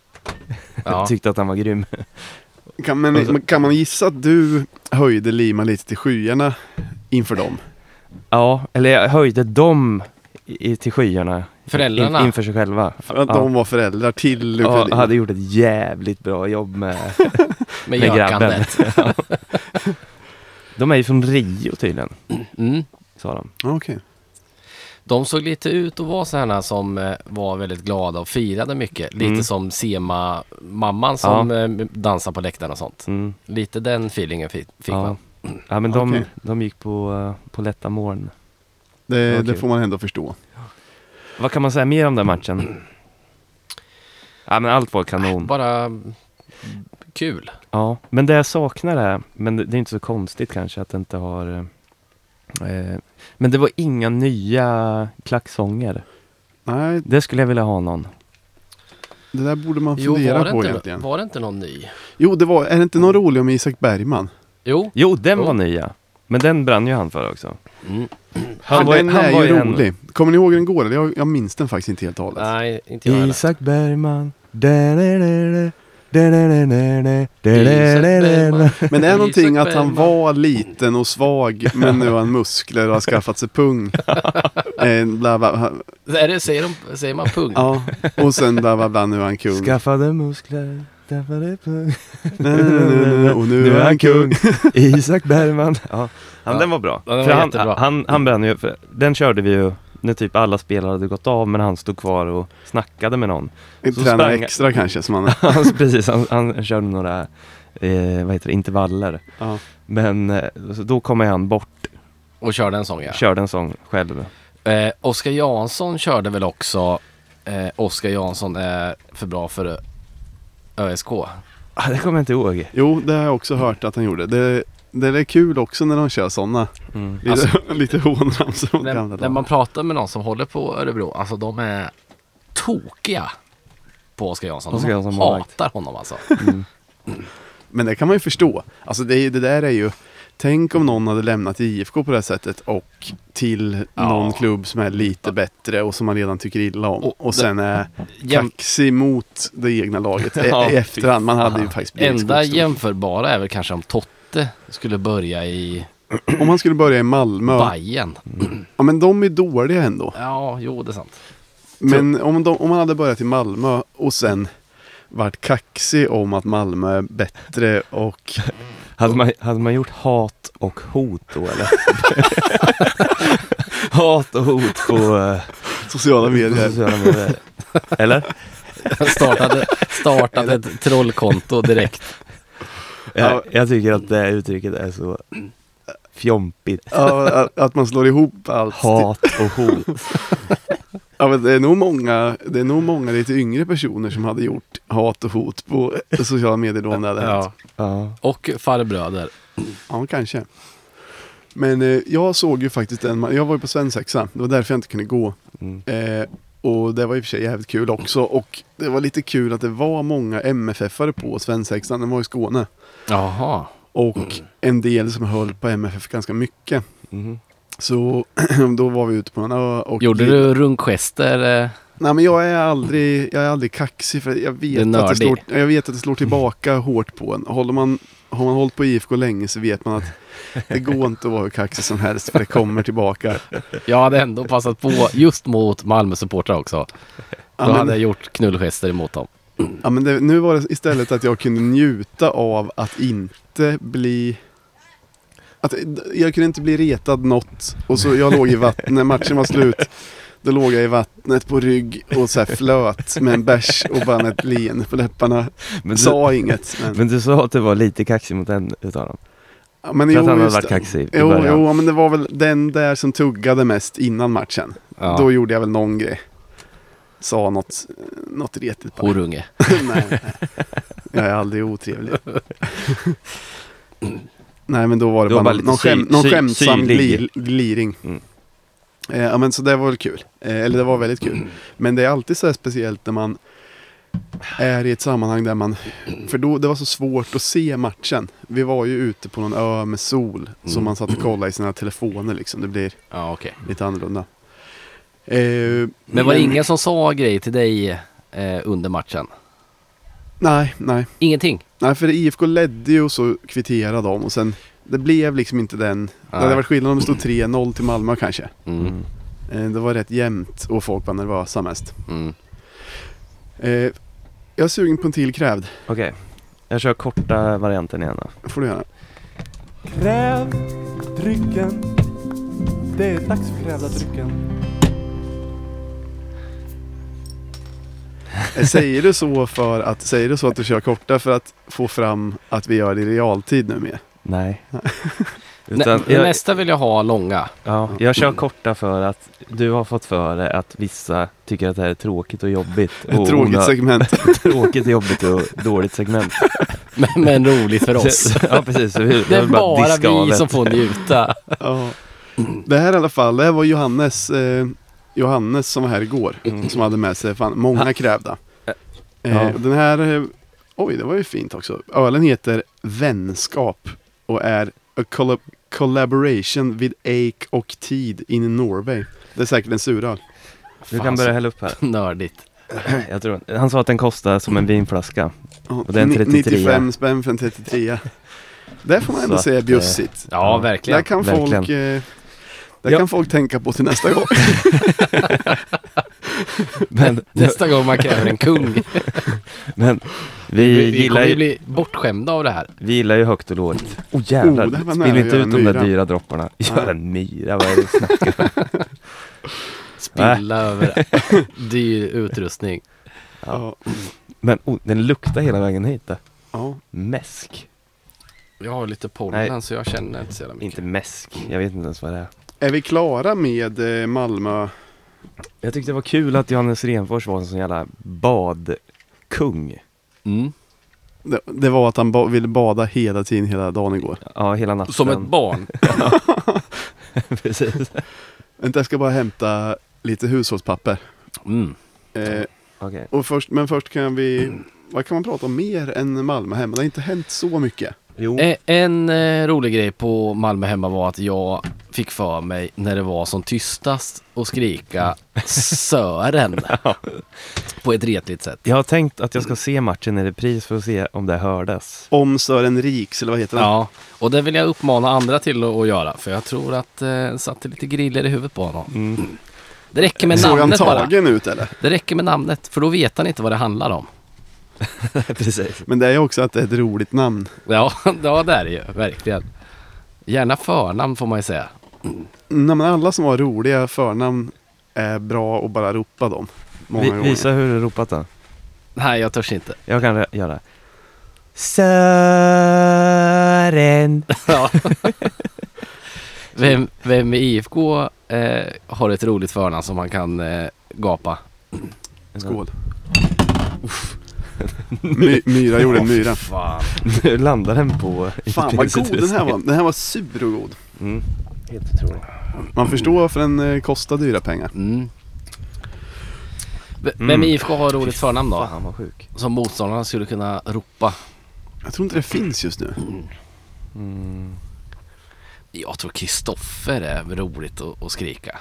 Ja.
tyckte att han var grym. *laughs*
Kan
Alltså-
man, kan man gissa att du höjde Lima lite till skyarna inför dem?
Ja, eller jag höjde dem i, till skyarna.
Föräldrarna.
In, inför sig själva.
För att
Ja.
de var föräldrar till
Ja,
Luffelin.
hade gjort ett jävligt bra jobb med,
med
med grabben.
gökandet.
*laughs* Ja. de är ju från Rio tydligen,
Mm.
sa de.
Ja, Ah, Okej.
De såg lite ut att vara sådana som eh, var väldigt glada och firade mycket. Lite
Mm.
som Sema-mamman som eh, dansar på läktaren och sånt.
Mm.
Lite den feelingen fi- fick
Ja.
man.
ja, men de,
Okej.
de gick på, eh, på lätta moln.
Det,
Okej.
det får man ändå förstå.
Vad kan man säga mer om den matchen? *clears throat* Ja, men allt var kanon.
Bara mm, kul.
Ja, men det jag saknar är, men det det är inte så konstigt kanske att det inte har... Eh, men det var inga nya klacksånger.
Nej,
Det skulle jag vilja ha någon.
det där borde man
Jo, var
fundera
det,
på
inte,
egentligen.
var det inte någon ny?
Jo, det var, är det inte någon rolig om Isak Bergman?
Jo.
Jo, den
Jo.
var nya. Men den brann ju han för också.
Mm.
Han,
var ju-
den
han
är
var
ju
ju en-
rolig. Kommer ni ihåg hur den går? eller? Jag, jag minns den faktiskt inte helt och hållet.
Nej, inte jag heller.
Isak Bergman. Da-da-da-da. Da-da-da-da-da.
Isak
Da-da-da-da-da.
Bergman.
Men det är
Isak
någonting att han
Bergman.
var liten och svag, men nu har han muskler och har skaffat sig *laughs* pung. Eh, bla, bla, han-
Är det, säger, de, säger man pung?
ja. Och sen bla, bla, bla, nu är han kung.
Skaffade muskler. Skaffade pung.
Nej, nej, nej, nej, nej. Och nu är han kung.
*laughs* Isak Bergman. Ja. Han,
Ja.
Den var bra.
Ja, den
för
var
han,
jättebra.
han, han brann ju, för den körde vi ju när typ alla spelare hade gått av men han stod kvar och snackade med
*laughs*
någon. Så
Tränar
sprang-
extra kanske som han
Han, precis, han, han körde några eh, vad heter det, intervaller.
ja.
Men eh, så då kommer han bort,
Och körde en sång ja.
körde en sång själv.
Eh, Oskar Jansson körde väl också eh, Oskar Jansson är för bra för ÖSK.
Ah, det kommer jag inte ihåg.
Jo, det har jag också hört att han gjorde. Det, det är kul också när de kör sådana.
Mm.
Lite, lite hånramsor åt
När,
gamla
när
dagar.
man pratar med någon som håller på Örebro, alltså de är tokiga på Oskar Jansson.
Oskar Jansson
de
målvakt.
hatar honom alltså.
Men det kan man ju förstå. Alltså det, är ju- det där är ju, tänk om någon hade lämnat IFK på det här sättet och till
Ja.
någon klubb som är lite bättre och som man redan tycker illa om.
Och-
Och, sen är
Jäm,
kaxig mot det egna
*laughs*
laget i-
Ja,
i efterhand. Man hade ju faktiskt blivit
enda
skogstokig.
jämförbara är väl kanske om Totte skulle börja i
Om man skulle börja i Malmö.
Bajen.
Ja men de är dåliga ändå.
Ja, jo det är sant.
Men om, de, om man hade börjat i Malmö och sen varit kaxig om att Malmö är bättre och
*laughs*
Hade, man, hade man gjort hat och hot då
*laughs*
eller? *laughs* hat och hot på, eh,
sociala
på
medier.
sociala medier. Eller?
*laughs* Startade, startade *laughs* ett trollkonto direkt.
Ja.
Jag, jag tycker att det här uttrycket är så fjompigt.
Ja, att- att man slår ihop allt.
Hat och hot.
Ja, men det, är nog många, det är nog många lite yngre personer som hade gjort hat och hot på sociala medier då om det hade hänt.
Ja.
Ja.
Och farbröder.
Ja, kanske. Men eh, jag såg ju faktiskt en ma- jag var ju på svensexa, det var därför jag inte kunde gå.
Mm.
Eh, och det var i och för sig jävligt kul också och det var lite kul att det var många MFF-are på svensexan, den var i Skåne.
Jaha.
Och
Mm.
en del som höll på MFF ganska mycket.
Mhm.
Så *clears throat* då var vi ute på en ö och...
Gjorde du runkgester? eh?
Nej men jag är aldrig, jag är aldrig kaxig för jag
Du är
vet, att det,
nördig.
slår, jag vet att det slår tillbaka hårt på en. Håller man, har man hållit på IFK länge så vet man att det går inte att vara hur kaxig som helst för det kommer tillbaka.
Jag hade ändå passat på just mot Malmö-supportrar också. Då
Ja
hade
men,
jag gjort knullgester emot dem.
ja, men det, nu var det istället att jag kunde njuta av att inte bli att, jag kunde inte bli retad något och så jag låg i vattnet, när matchen var slut då låg jag i vattnet på rygg och så här flöt med en bärs och bara ett leende på läpparna.
Men, du,
Sa inget. Men,
men du sa att du var lite kaxig mot en utav dem.
ja, men
För
jo,
att han hade
just det.
varit kaxig i
Jo,
början.
jo, men det var väl den där som tuggade mest innan matchen.
Ja.
Då gjorde jag väl någon grej. Sa något, något retigt. bara.
Horunge.
*laughs* nej, nej. Jag är aldrig otrevlig. nej, men då var det
Du var
bara,
bara
någon,
lite
någon, skäm,
sy-
någon
sy-
skämtsam
syrlig.
glir, gliring.
Mm.
Eh, ja, men så det var väl kul. Eh, eller det var väldigt kul. Men det är alltid så här speciellt när man är i ett sammanhang där man... För då, det var så svårt att se matchen. Vi var ju ute på någon ö med sol. Så
Mm.
man satt och kollade i sina telefoner liksom. Det blir
Ja, okej.
lite annorlunda. Eh,
Men var det ingen som sa grejer till dig eh, under matchen?
Nej, nej.
Ingenting.
Nej, för IFK ledde ju och så kvitterade de och sen det blev liksom inte den. Det hade
Nej.
varit skillnad om det stod 3-0 till Malmö kanske.
Mm.
Eh, Det var rätt jämnt och folk var nervösa mest.
Mm.
Eh, Jag är sugen på en till krävd.
Okej, jag kör korta varianten igen då.
får du göra.
Kräv drycken. Det är dags för krävda drycken.
Eh, Säger du så för att, säger du så att du kör korta för att få fram att vi gör det i realtid nu med?
Nej.
Nä,
Utan jag,
Nästa vill jag ha långa. *laughs*
ja, jag kör korta för att du har fått för dig att vissa tycker att det här är tråkigt och jobbigt.
Ett
och
tråkigt
onö-
segment.
tråkigt, jobbigt och dåligt segment.
Men, men
*laughs*
roligt för oss.
Så- Ja, precis. Så vi-
Det
jag
är
vill bara
bara
diska av
vi
det.
som får
*laughs*
njuta.
Ja. Det här i alla fall, det här var Johannes, eh, Johannes som var här igår.
Mm.
Som hade med sig fan, många krävda.
Ja.
Eh, och den här, eh, oj det var ju fint också. Ölen heter Vänskap och är A collab- Collaboration with Ake och Tid in Norway. Det är säkert en suröl.
Du
Fan,
kan
så
börja hälla upp här.
Nördigt.
*laughs* Jag tror, han sa att den kostar som en vinflaska.
Ja,
Och det är en
ni-
33.
95 spänn för en 33. Det får man ändå
Så
säga är
att, eh,
bjussigt.
Ja,
Ja,
Där
verkligen.
kan
verkligen.
folk, eh, där
Ja.
kan folk tänka på till nästa
*laughs*
gång.
*laughs* Men,
Nästa gång man kräver en kung.
men vi,
Vi, vi
gillar
kommer ju
ju,
bli bortskämda av det här.
vi gillar ju högt och lågt. Åh oh,
Oh, det här
jävlar,
var
spill
nära att
inte
göra
ut
en
de där
myra.
dyra dropparna. Gör
Nej.
en myra, vad är det du
*laughs*
snackar om?
Spilla över *laughs* dyr utrustning.
ja.
Men oh, den luktar hela vägen hit. då.
Ja.
Mäsk.
Jag har lite pollen
Nej.
så jag känner inte så jävla mycket.
Inte mäsk, jag vet inte ens vad det är.
Är vi klara med eh, Malmö?
Jag tyckte det var kul att Johannes Renfors var en sån jävla badkung.
Mm.
Det, det var att han ba- ville bada hela tiden, hela dagen igår.
Ja, hela natten.
Som ett barn.
*laughs* Precis. Okej.
Vänta, jag ska bara hämta lite hushållspapper.
Mm.
Eh, och först, men först kan vi... Vad kan man prata om mer än Malmö hemma? Det har inte hänt så mycket.
Jo.
Eh, En eh, rolig grej på Malmö hemma var att jag fick för mig när det var som tystast att skrika Sören. På ett retligt sätt.
Jag har tänkt att jag ska se matchen i repris för att se om det hördes.
Om Sören Riks, eller vad heter han?
Ja, och det vill jag uppmana andra till att, att göra för jag tror att eh, satte lite griller i huvudet på honom.
Mm.
Det räcker med
Såg han
namnet bara.
tagen ut eller?
Det räcker med namnet för då vet han inte vad det handlar om.
*laughs* Precis.
Men det är ju också att det är ett roligt namn.
Ja, *laughs* ja det är det ju verkligen. Gärna förnamn får man ju säga.
Nej, men alla som har roliga förnamn är bra att bara ropa dem. Många
Vi,
gånger.
visa hur du ropat då.
Nej, jag törs inte. *laughs*
Jag kan rö- göra. Sören.
Ja. vem, vem i IFK eh, har ett roligt förnamn som man kan eh, gapa?
Skål. My, myra gjorde en myra.
Fan.
Nu *laughs* landar den på... *laughs*
Fan vad god den här var. Den här var sur och god.
Mm. Helt otroligt.
Man förstår varför den eh, kostar dyra pengar.
Mm. V- Vem
Mm.
i IFK har roligt förnamn då?
Fan vad sjuk.
Som motståndarna skulle kunna ropa.
Jag tror inte det finns just nu.
Mm.
Jag tror Kristoffer är roligt att,
*laughs*
att skrika.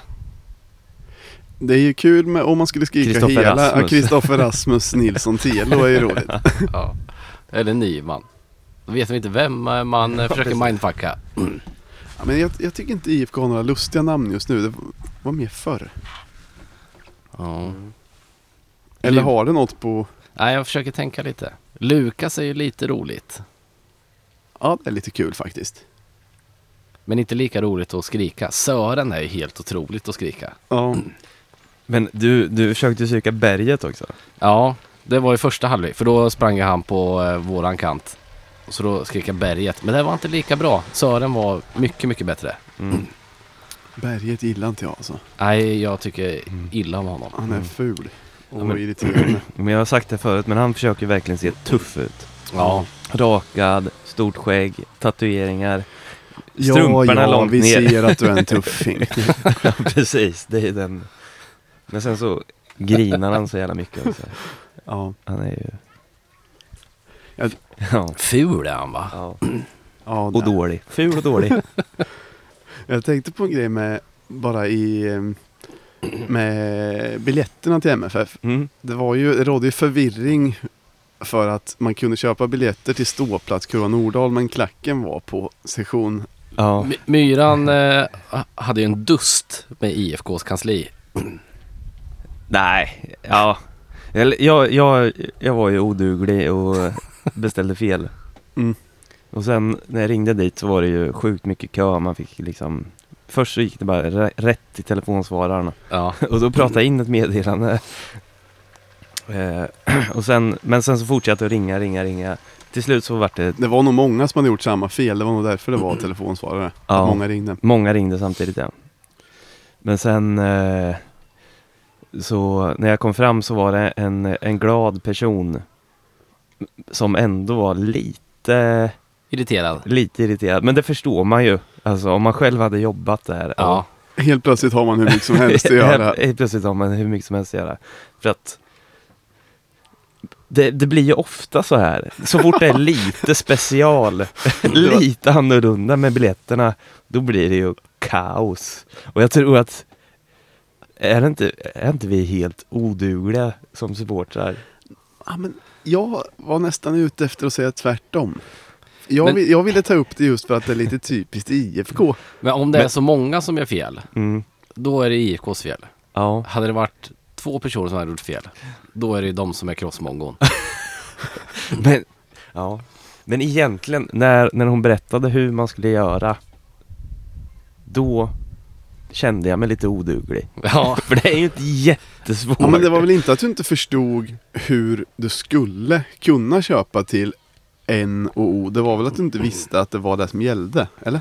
Det är ju kul med, om man skulle skrika
Kristoffer
hela
Rasmus.
ja,
*laughs*
Kristoffer Rasmus Nilsson Telo är ju roligt.
Ja. Eller Nyman. Då vet vi inte vem eh, man eh, försöker mindfucka.
Ja, Men jag, jag tycker inte IFK har några lustiga namn just nu. Det var mer förr.
Ja.
Eller
Mm.
har det något på...
Mm. Nej, jag försöker tänka lite. Lukas är ju lite roligt.
Ja, det är lite kul faktiskt.
Men inte lika roligt att skrika. Sören är ju helt otroligt att skrika.
Ja,
Men du, du försökte ju psyka berget också.
Ja, det var i första halvlek. För då sprang ju han på eh, våran kant. Så då skrek jag berget. Men det var inte lika bra. Sören var mycket, mycket bättre.
Mm.
berget gillar inte jag alltså.
Nej, jag tycker illa om honom.
Han är ful. Och
Mm. Ja, men-
irriterande.
Men jag har sagt det förut, men han försöker verkligen se tuff ut.
Ja,
Rakad, stort skägg, tatueringar.
Ja,
*clears throat* Strumporna
ja,
långt
vi
ner.
ser att du
*laughs*
är en tuffing.
Ja, *laughs* precis. Det är den. Men sen *laughs* så grinar han så jävla mycket också.
Ja.
Han är ju...
Jag-
Ja.
ful är han va?
ja.
Ja,
Och
där.
dålig. Ful och dålig.
Jag tänkte på en grej med bara i eh, med biljetterna till MFF.
Mm.
Det var ju, det rådde ju förvirring För att man kunde köpa biljetter till ståplats Kurva Nordahl men klacken var på session.
Ja,
My- Myran eh, ha- hade ju en dust med IFKs kansli.
nej, ja. Eller, Jag, jag, jag var ju oduglig och beställde fel.
Mm.
Och sen när jag ringde dit så var det ju sjukt mycket kö. Man fick liksom... Först så gick det bara rä- rätt till telefonsvararna.
Ja,
Och då pratade jag in ett meddelande. Eh, *clears throat* och sen, men sen så fortsatte jag att ringa, ringa, ringa. Till slut så var det
Det var nog många som hade gjort samma fel. Det var nog därför det var telefonsvarare.
Ja.
Att många ringde.
många ringde samtidigt. Ja. Men sen eh, så när jag kom fram så var det en, en glad person som ändå var lite,
irriterad.
lite irriterad. Men det förstår man ju. Alltså om man själv hade jobbat där.
Ja,
Helt plötsligt har man hur mycket som helst att göra.
*laughs* Helt plötsligt har man hur mycket som helst att göra. För att det, det blir ju ofta så här. Så fort
*laughs*
det är lite special, lite annorlunda med biljetterna, då blir det ju kaos. Och jag tror att är, det inte, är inte vi helt odugliga som supportrar?
Ja, men jag var nästan ute efter att säga tvärtom. Jag,
Men-
vill, jag ville ta upp det just för att det är lite typiskt IFK.
men om det är
Men-
så många som gör fel,
Mm.
då är det IFKs fel.
Ja.
Hade det varit två personer som hade gjort fel, då är det ju de som
*laughs*
är krossmongon.
Men, ja. Men egentligen, när, när hon berättade hur man skulle göra, då kände jag mig lite oduglig.
Ja,
För det är ju inte jättesvårt.
Ja, men det var väl inte att du inte förstod hur du skulle kunna köpa till N och O. Det var väl att du inte visste att det var det som gällde, eller?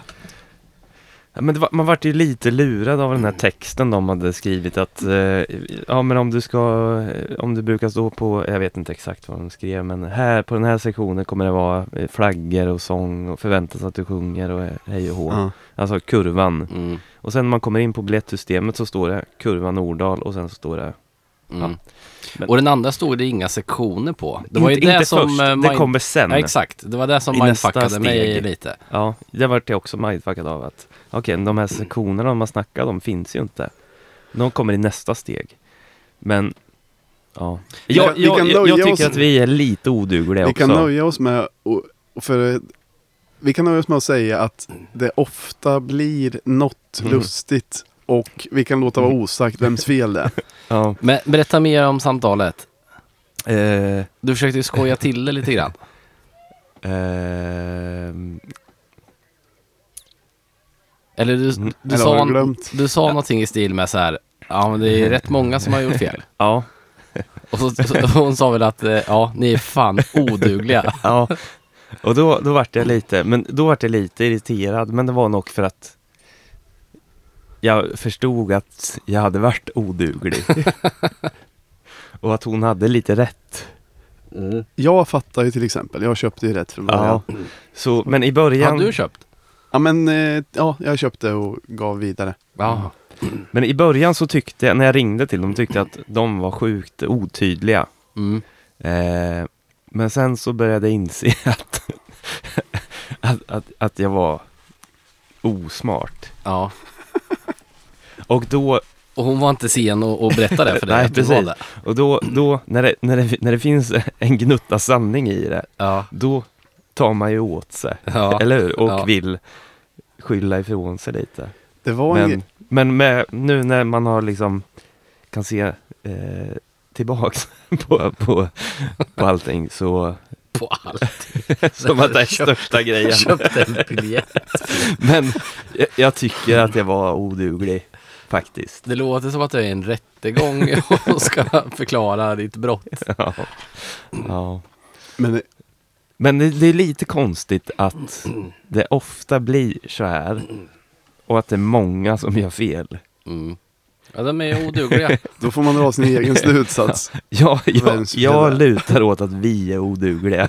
Ja, men det var, man vart ju lite lurad av den här texten de hade skrivit att eh, ja men om du ska, eh, om du brukar stå på, jag vet inte exakt vad de skrev men här på den här sektionen kommer det vara eh, flaggor och sång och förväntas att du sjunger och eh, hej och hå.
Ja.
Alltså kurvan.
mm,
Och sen när man kommer in på biljettsystemet så står det kurva Nordahl och sen så står det
mm.
Men-
Och den andra stod det inga sektioner på. Det var ju
inte,
det
inte
som...
först,
eh,
det
mind-
kommer sen.
Ja, exakt. Det var det som
I nästa
mindfuckade mig
steg.
lite.
Ja, det vart jag också mindfuckad av att okej, de här sektionerna man snackar om finns ju inte. De kommer i nästa steg. Men, ja.
Vi
Jag,
kan- vi
jag,
kan
jag,
nöja
jag tycker
oss-
att vi är lite odugliga
Vi
också.
kan nöja oss med och, och för, Vi kan nöja oss med att säga att det ofta blir något
Mm.
lustigt och vi kan låta vara osagt vems fel det är.
Ja.
Men berätta mer om samtalet.
Eh,
Du försökte ju skoja till det lite grann.
ehm,
Eller du,
Mm.
du,
eller har du
sa,
glömt?
du sa någonting i stil med så här, ja men det är rätt många som har gjort fel.
ja,
Och så, så, hon sa väl att, eh, ja ni är fan odugliga.
ja. Och då, då vart jag lite, men då vart jag lite irriterad, men det var nog för att jag förstod att jag hade varit oduglig. Och att hon hade lite rätt.
Jag fattar ju till exempel. Jag köpte ju rätt från början.
Ja. Så, men i
Har
början,
du köpt?
Ja, men eh, ja, jag köpte och gav vidare.
Ja.
men i början så tyckte jag, när jag ringde till dem, tyckte jag att de var sjukt otydliga.
Mm.
Eh, men sen så började jag inse *laughs* att, att, att, att jag var osmart.
ja.
Och då,
Och hon var inte sen att att berätta det för
*laughs*
dig.
Nej,
att du var
precis.
det.
och då, då när, det, när, det, när det finns *laughs* en gnutta sanning i det,
Ja.
då tar man ju åt sig.
*laughs* Ja.
Eller hur? Och
Ja.
vill skylla ifrån sig lite.
Det var en,
Men, men med, nu när man har liksom kan se eh, tillbaks *laughs* på, på, på allting
*laughs*
så *laughs*
På allt.
som att det
*laughs*
är största grejen.
Köpte en biljett.
Men jag, jag tycker att jag var oduglig
*laughs*
faktiskt.
Det låter som att du är i en rättegång *laughs* och ska förklara ditt brott.
Ja. Ja.
Men eh,
Men det, det är lite konstigt att det ofta blir så här och att det är många som gör fel.
Mm. Ja, de är odugliga.
då får man dra sin
*laughs*
egen slutsats.
Jag, jag,
Vem skulle
jag
det?
lutar åt att vi
*laughs*
är odugliga.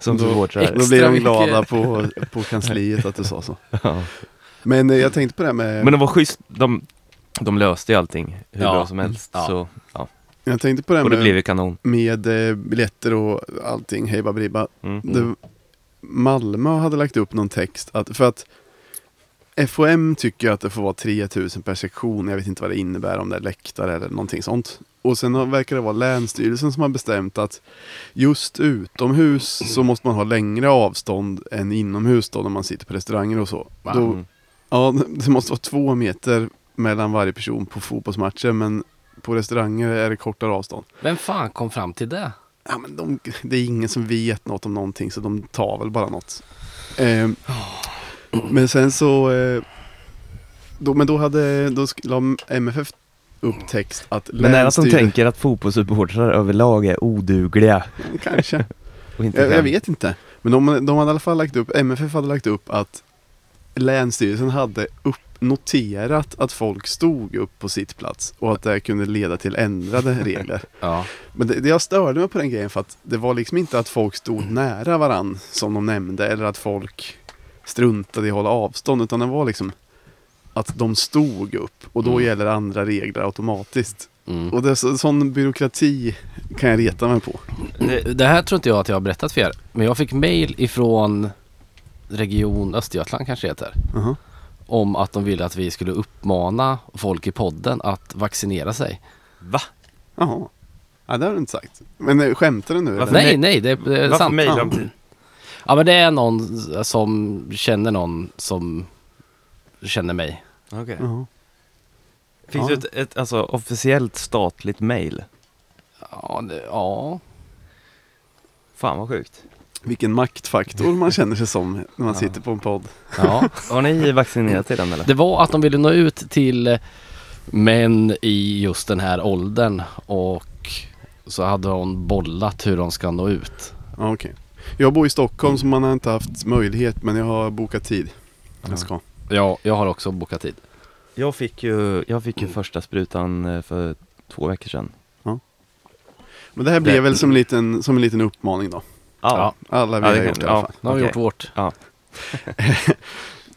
Som
Då-
supportrar.
Då blir
Extra
de
mycket.
glada på,
*laughs*
på kansliet att du sa så.
Ja.
Men eh, jag tänkte på det här med...
Men det var schysst, de, de löste ju allting hur
Ja.
bra som helst.
Ja.
Så,
jag tänkte på det här
och det
med,
blev ju kanon.
med eh, biljetter och allting, hej babribba.
Mm.
Det, Malmö hade lagt upp någon text, att, för att FOM tycker att det får vara 3000 per sektion, jag vet inte vad det innebär om det är läktare eller någonting sånt. Och sen har- verkar det vara Länsstyrelsen som har bestämt att just utomhus så måste man ha längre avstånd än inomhus då när man sitter på restauranger och så.
Va?
Mm.
Då, Ja, det måste vara två meter mellan varje person på fotbollsmatcher men på restauranger är det kortare avstånd.
Vem fan kom fram till det?
Ja, men de, det är ingen som vet något om någonting så de tar väl bara något. Eh, men sen så... Eh, då, men då hade... Då sk- la MFF upp text att...
Men är det att de
länsstyre-
tänker att fotbollssupportrar överlag är odugliga?
*laughs* Kanske.
Och inte
Jag, jag
kan?
vet inte. Men de, de hade i alla fall lagt upp, MFF hade lagt upp att Länsstyrelsen hade upp, noterat att folk stod upp på sitt plats och att det kunde leda till
*laughs*
ändrade regler.
Ja.
Men det, det jag störde mig på den grejen för att det var liksom inte att folk
Mm.
stod nära varann som de nämnde eller att folk struntade i att hålla avstånd utan det var liksom att de stod upp och då
Mm.
gäller andra regler automatiskt.
Mm.
Och det, är så, sån byråkrati kan jag reta mig på.
Det, det här tror inte jag att jag har berättat för er. Men jag fick mail ifrån Region Östergötland kanske det heter.
Jaha.
Om att de ville att vi skulle uppmana folk i podden att vaccinera sig.
Va?
Jaha. Ja, det har du inte sagt. Men eh, skämtar du nu? eller?
Varför?
Nej,
mej-
nej, det är, det är
Varför
sant.
mejlar
Ja.
de?
Ja men det är någon som känner någon som känner mig.
Okej.
Jaha.
Finns det ett, ett alltså, officiellt statligt mejl?
Ja, det, ja.
Fan vad sjukt.
Vilken maktfaktor man känner sig som när man sitter på en podd.
ja.
Har ni *laughs* vaccinerat er den eller?
Det var att de ville nå ut till män i just den här åldern och så hade hon bollat hur de ska nå ut.
Ja, okej. Jag bor i Stockholm så man har inte haft möjlighet men jag har bokat tid. Jag ska.
Ja, jag har också bokat tid.
Jag fick ju, jag fick ju första sprutan eh, för två veckor sedan.
Men det här blir
Det-
väl som en, liten, som en liten uppmaning då.
Ja.
Alla vi
Ja,
har
det kan-
gjort det i
ja.
alla fall.
Nu har vi
Okej.
gjort vårt.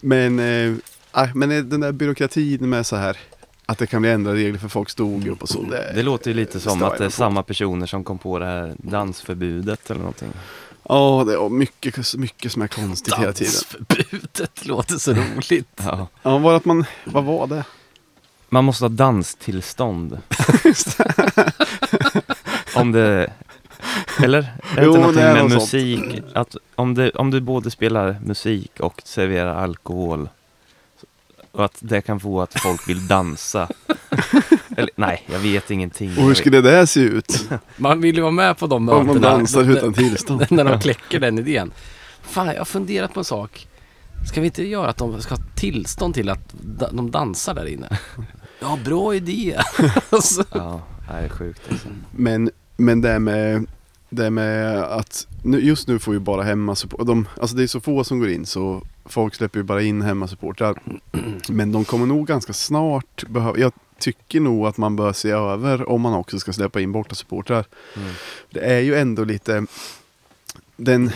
Men, eh, ah, men eh, den där byråkratin med så här att det kan bli ändrade regler för folk stod upp och så. Det,
Det låter ju lite som
Eh, stör
att det är
mig på.
samma personer som kom på det här dansförbudet eller någonting.
Ja, det är mycket, mycket som är konstigt hela tiden.
Dansförbudet låter så roligt.
Ja.
Ja, var att man, vad var det?
Man måste ha danstillstånd.
*laughs*
om det... Eller? Är det
Jo,
inte
det
någonting
är
med
något
musik? Att om, du, om du både spelar musik och serverar alkohol och att det kan få att folk vill
*laughs*
dansa. Eller, nej, jag vet ingenting.
Och hur skulle det där se
*laughs*
ut?
Man vill ju vara med på de
Om man
mötena.
dansar utan tillstånd.
*laughs* när de kläcker den idén. Fan, jag har funderat på en sak. Ska vi inte göra att de ska ha tillstånd till att da- de dansar där *laughs* inne? Ja, bra *laughs* idé. Alltså,
Ja, nej, det är sjukt. Alltså.
Men, men det här med, det här med att nu, just nu får ju bara hemmasupportrar, de, alltså det är så få som går in så folk släpper ju bara in hemmasupportrar. Men de kommer nog ganska snart behöva, jag tycker nog att man bör se över om man också ska släppa in bortasupportrar.
Mm.
Det är ju ändå lite den,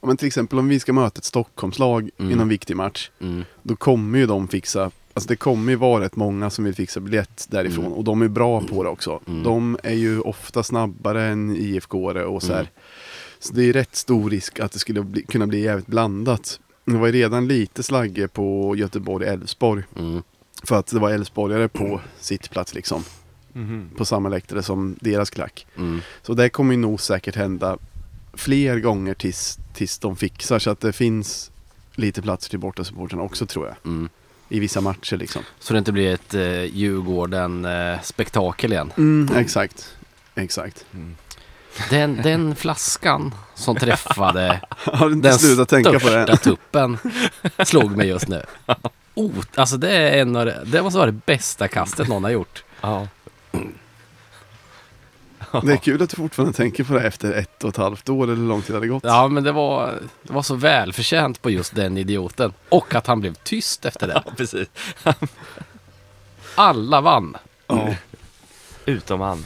ja, men till exempel om vi ska möta ett Stockholmslag
Mm.
i någon viktig match,
mm,
då kommer ju de fixa Alltså det kommer ju vara rätt många som vill fixa biljett därifrån
Mm.
och de är bra på det också.
Mm.
De är ju ofta snabbare än ifk och så här.
Mm.
Så det är rätt stor risk att det skulle bli, kunna bli jävligt blandat. Det var ju redan lite slagge på Göteborg-Elfsborg
mm,
för att det var elfsborgare på sitt plats liksom. På samma läktare som deras klack.
mm.
Så det kommer ju nog säkert hända fler gånger tills, tills de fixar så att det finns lite platser till bortasupportrarna också tror jag.
Mm.
I vissa matcher liksom.
Så det inte blir ett eh, Djurgården-spektakel igen.
Mm, Exakt. Exakt.
Mm.
Den, den flaskan som *laughs* träffade
Jag *laughs* har inte
den
slutat tänka på
största
det.
tuppen slog mig just *laughs* nu. Oh, alltså det är en av det, det måste vara det bästa kastet någon har gjort.
Ja.
Det är kul att du fortfarande tänker på det efter ett och ett halvt år eller hur lång tid det hade gått.
Ja, men det var, det var så välförtjänt på just den idioten. Och att han blev tyst efter det.
ja, precis.
Alla vann.
Ja.
Utom han.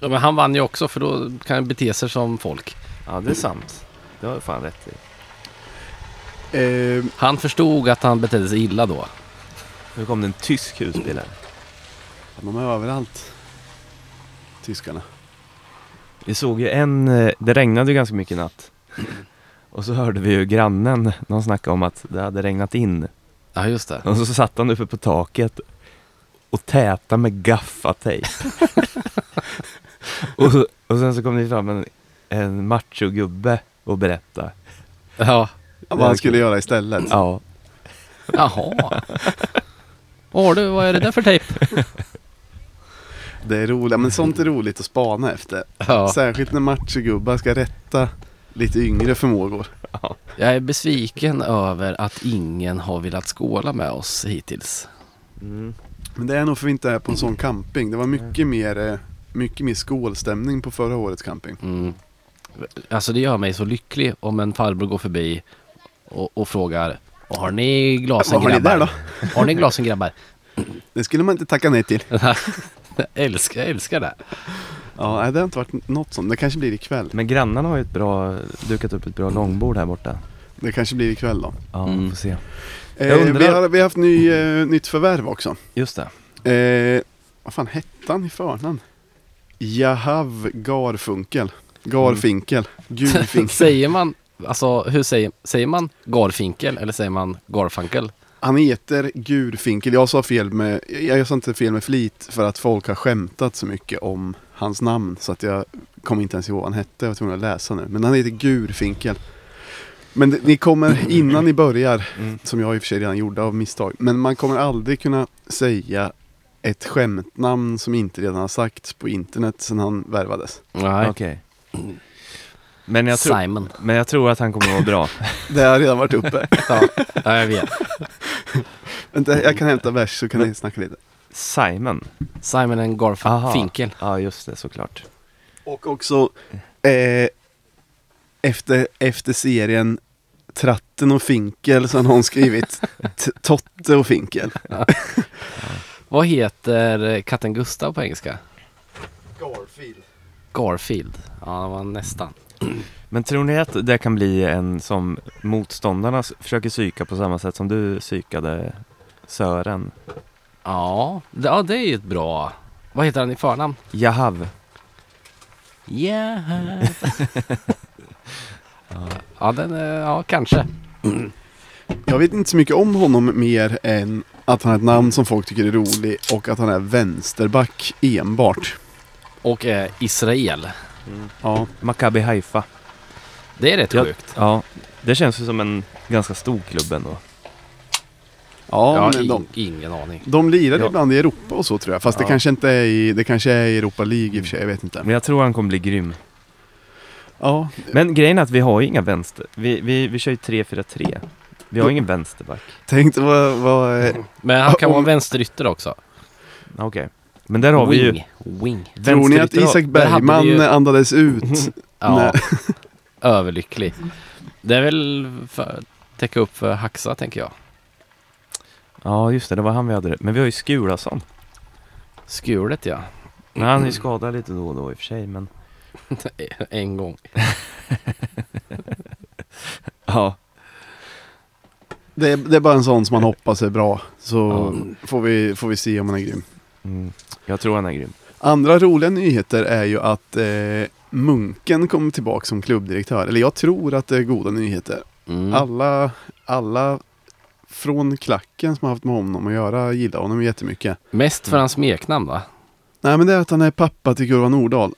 Ja, men han vann ju också för då kan han bete sig som folk.
Ja, det är sant. Det har du fan rätt i.
Eh,
Han förstod att han betedde sig illa då.
Nu kom det en tysk husbil här.
de är överallt. Tyskarna.
Vi såg ju en, eh, det regnade ju ganska mycket i natt. Och så hörde vi ju grannen, någon snacka om att det hade regnat in.
Ja, just det.
Och så *laughs* satt han uppe på taket och tätade med gaffatejp. Och, så- och sen så kom det fram en, en machogubbe och berättade.
Ja.
Vad han skulle göra istället.
Ja,
Jaha. Vad har du? Vad är det där för tejp?
Det är roligt, men sånt är roligt att spana efter.
Ja.
Särskilt när matchgubbar ska rätta lite yngre förmågor.
Jag är besviken över att ingen har velat skåla med oss hittills.
Men det är nog för vi inte är på en sån camping. Det var mycket mer, eh, mycket mer skålstämning på förra årets camping.
Mm. Alltså det gör mig så lycklig om en farbror går förbi och, och frågar Har ni glasen
Vad har ni
grabbar?
där då?
Har ni glasen grabbar?
Det skulle man inte tacka nej till.
Jag *laughs* älskar, jag älskar det.
Ja, nej, det har inte varit något sånt. Det kanske blir ikväll.
men grannarna har ju ett bra, dukat upp ett bra långbord här borta.
Det kanske blir ikväll då.
Ja,
Mm.
vi får se. Jag
Eh,
undrar-
vi, har, vi har haft ny, eh, nytt förvärv också.
Just det.
Eh, vad fan hette han i förnamn? Jahav Garfunkel. Garfinkel.
Mm. *laughs*
Gudfinkel.
*laughs* säger man, alltså hur säger, säger man Garfinkel eller säger man Garfunkel?
Han heter Gudfinkel. Jag sa fel med, jag sa inte fel med flit för att folk har skämtat så mycket om hans namn så att jag kommer inte ens ihåg vad han hette. Jag var tvungen att läsa nu. Men han heter Gudfinkel. Men det, ni kommer, innan ni börjar,
Mm.
som jag i och för sig redan gjorde av misstag, men man kommer aldrig kunna säga ett skämtnamn som inte redan har sagts på internet sedan han värvades.
Nej.
Okej. Men, jag tror-
Simon.
men jag tror att han kommer att vara bra.
Det har redan varit uppe.
Ja, ja, jag vet.
Vänta, jag kan hämta vers så kan ni snacka lite.
*laughs* Simon.
Simon and
Aha.
Garfunkel.
Ja, just det såklart.
Och också eh, efter, efter serien Tratten och Finkel så har någon
*laughs*
skrivit t- Totte och Finkel.
Vad heter eh, katten Gustav på engelska?
Garfield.
Garfield. Ja, det var nästan.
Men tror ni att det kan bli en som motståndarna s- försöker psyka på samma sätt som du psykade Sören?
Ja, det- ja det är ju ett bra... Vad heter han i förnamn?
Jahav.
Yeah. *laughs* ja, den är, ja, kanske.
Jag vet inte så mycket om honom mer än att han har ett namn som folk tycker är roligt och att han är vänsterback enbart.
Och eh, Israel.
Ja,
Maccabi Haifa.
Det är rätt
Ja.
sjukt.
Ja, det känns ju som en ganska stor klubb ändå.
ja,
Ja,
men de,
in, ingen aning.
de lirar
Ja.
ibland i Europa och så tror jag. Fast
Ja.
det kanske inte är i, det kanske är i Europa League i och för sig, jag vet inte.
Men jag tror han kommer bli grym.
Ja,
Men grejen är att vi har ju inga vänster. Vi, vi, vi kör ju 3-4-3. Vi har ingen vänsterback.
tänk vad, vad, eh,
Men han kan
Om-
vara vänsterytter också.
Ja, Okej. Men där har vi ju...
Wing. Wing.
tror ni att
vänsterytter-
Isak
där hade vi
Bergman
ju-
andades ut
Ja,
Nej.
*laughs* överlycklig. Det är väl för att täcka upp för Haxa, tänker jag.
Ja, just det. Det var han vi hade. Men vi har ju Skulason.
Skulet, ja.
Men han är ju skadad lite då och då i och för sig, men...
En gång.
Ja.
Det är, det är bara en sån som man hoppas är bra. Så
Ja.
får, vi, får vi se om han är grym.
Mm. Jag tror han är grym.
Andra roliga nyheter är ju att eh, Munken kommer tillbaka som klubbdirektör. Eller jag tror att det är goda nyheter.
Mm.
Alla, alla från klacken som har haft med honom att göra gillar honom jättemycket.
Mest
Mm.
för hans smeknamn, va?
Nej men det är att han är pappa till Gurra Nordahl.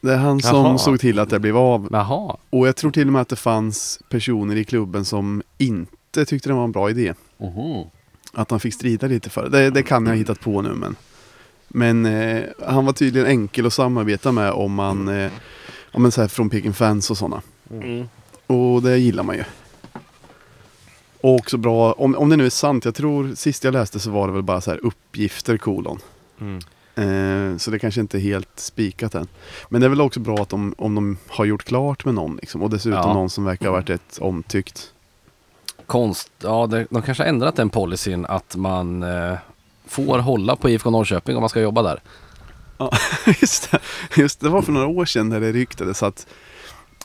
Det är han som
Jaha.
såg till att det blev av.
Jaha.
Och jag tror till och med att det fanns personer i klubben som inte tyckte det var en bra idé. Att han fick strida lite för det. Det, det kan jag ha hittat på nu men. Men eh, han var tydligen enkel att samarbeta med om man, eh, om man så här från Peking Fans och sådana.
Mm.
Och det gillar man ju. Och också bra, om, om det nu är sant, jag tror sist jag läste så var det väl bara så här uppgifter kolon.
Mm.
Eh, så det kanske inte är helt spikat än. Men det är väl också bra att de, om de har gjort klart med någon liksom. Och dessutom
Ja.
någon som verkar ha varit rätt omtyckt.
Konst, ja de, de kanske har ändrat den policyn att man eh, får hålla på IFK Norrköping om man ska jobba där.
*laughs* Just det. Just det, det var för några år sedan när det ryktades att,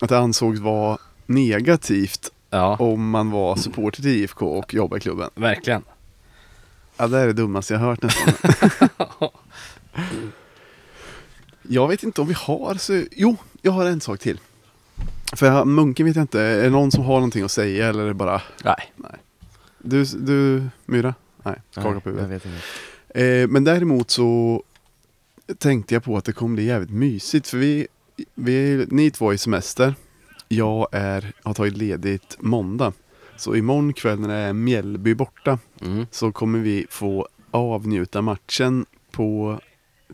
att det ansågs vara negativt
Ja,
om man var supporter till IFK och jobbade i klubben.
verkligen.
Ja, det här är det dummaste jag har hört nästan. jag vet inte om vi har så... Jo, jag har en sak till. För jag, Munken vet jag inte, är det någon som har någonting att säga eller är det bara...
Nej.
Du, du Myra? Nej, skaka på
Nej, Jag
huvudet.
vet inte.
Eh, men däremot så tänkte jag på att det kommer bli jävligt mysigt för vi, vi ni två är i semester. Jag är, har tagit ledigt måndag. Så imorgon kväll när det är Mjällby borta
Mm.
så kommer vi få avnjuta matchen på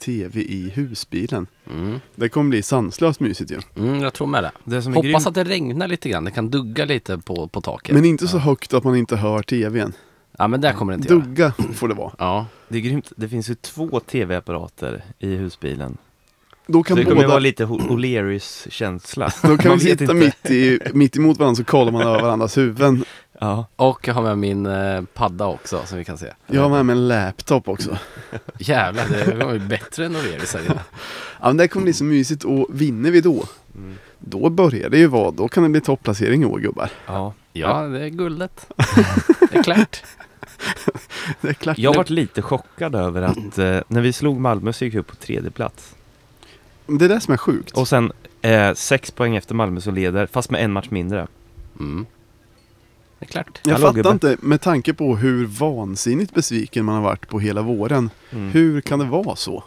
tv i husbilen.
Mm.
Det kommer bli sanslöst mysigt ju.
Mm, jag tror med det.
Det som är
Hoppas
grymt,
att det regnar lite grann. Det kan dugga lite på, på taket.
Men inte så högt att man inte hör tvn.
Ja, men det kommer det inte göra.
Dugga får det vara.
Ja.
det är grymt, det finns ju två tv-apparater i husbilen.
Då
Så
kan
det kommer ju
båda
vara lite Ho- O'Learys-känsla.
Då kan
Man
vi
vet
sitta
inte.
mitt, i, mitt emot varandra så kollar man över varandras huvuden.
Ja,
Och jag har med min eh, padda också som vi kan se.
Jag har med mig en laptop också.
Jävlar, det var ju bättre än O'Learys här inne.
Ja, men det här kommer bli så mysigt och vinner vi då,
Mm.
då börjar det ju vara, då kan det bli topplacering i år gubbar.
ja.
Ja, det är guldet. Det är klart.
Det är klart.
Jag varit lite chockad över att eh, när vi slog Malmö så gick vi upp på tredje plats.
Det är det som är sjukt.
Och sen eh, sex poäng efter Malmö som leder, fast med en match mindre.
Mm. Det är klart.
Jag
Hallå,
fattar
gubbe.
inte, med tanke på hur vansinnigt besviken man har varit på hela våren.
Mm.
Hur kan det vara så?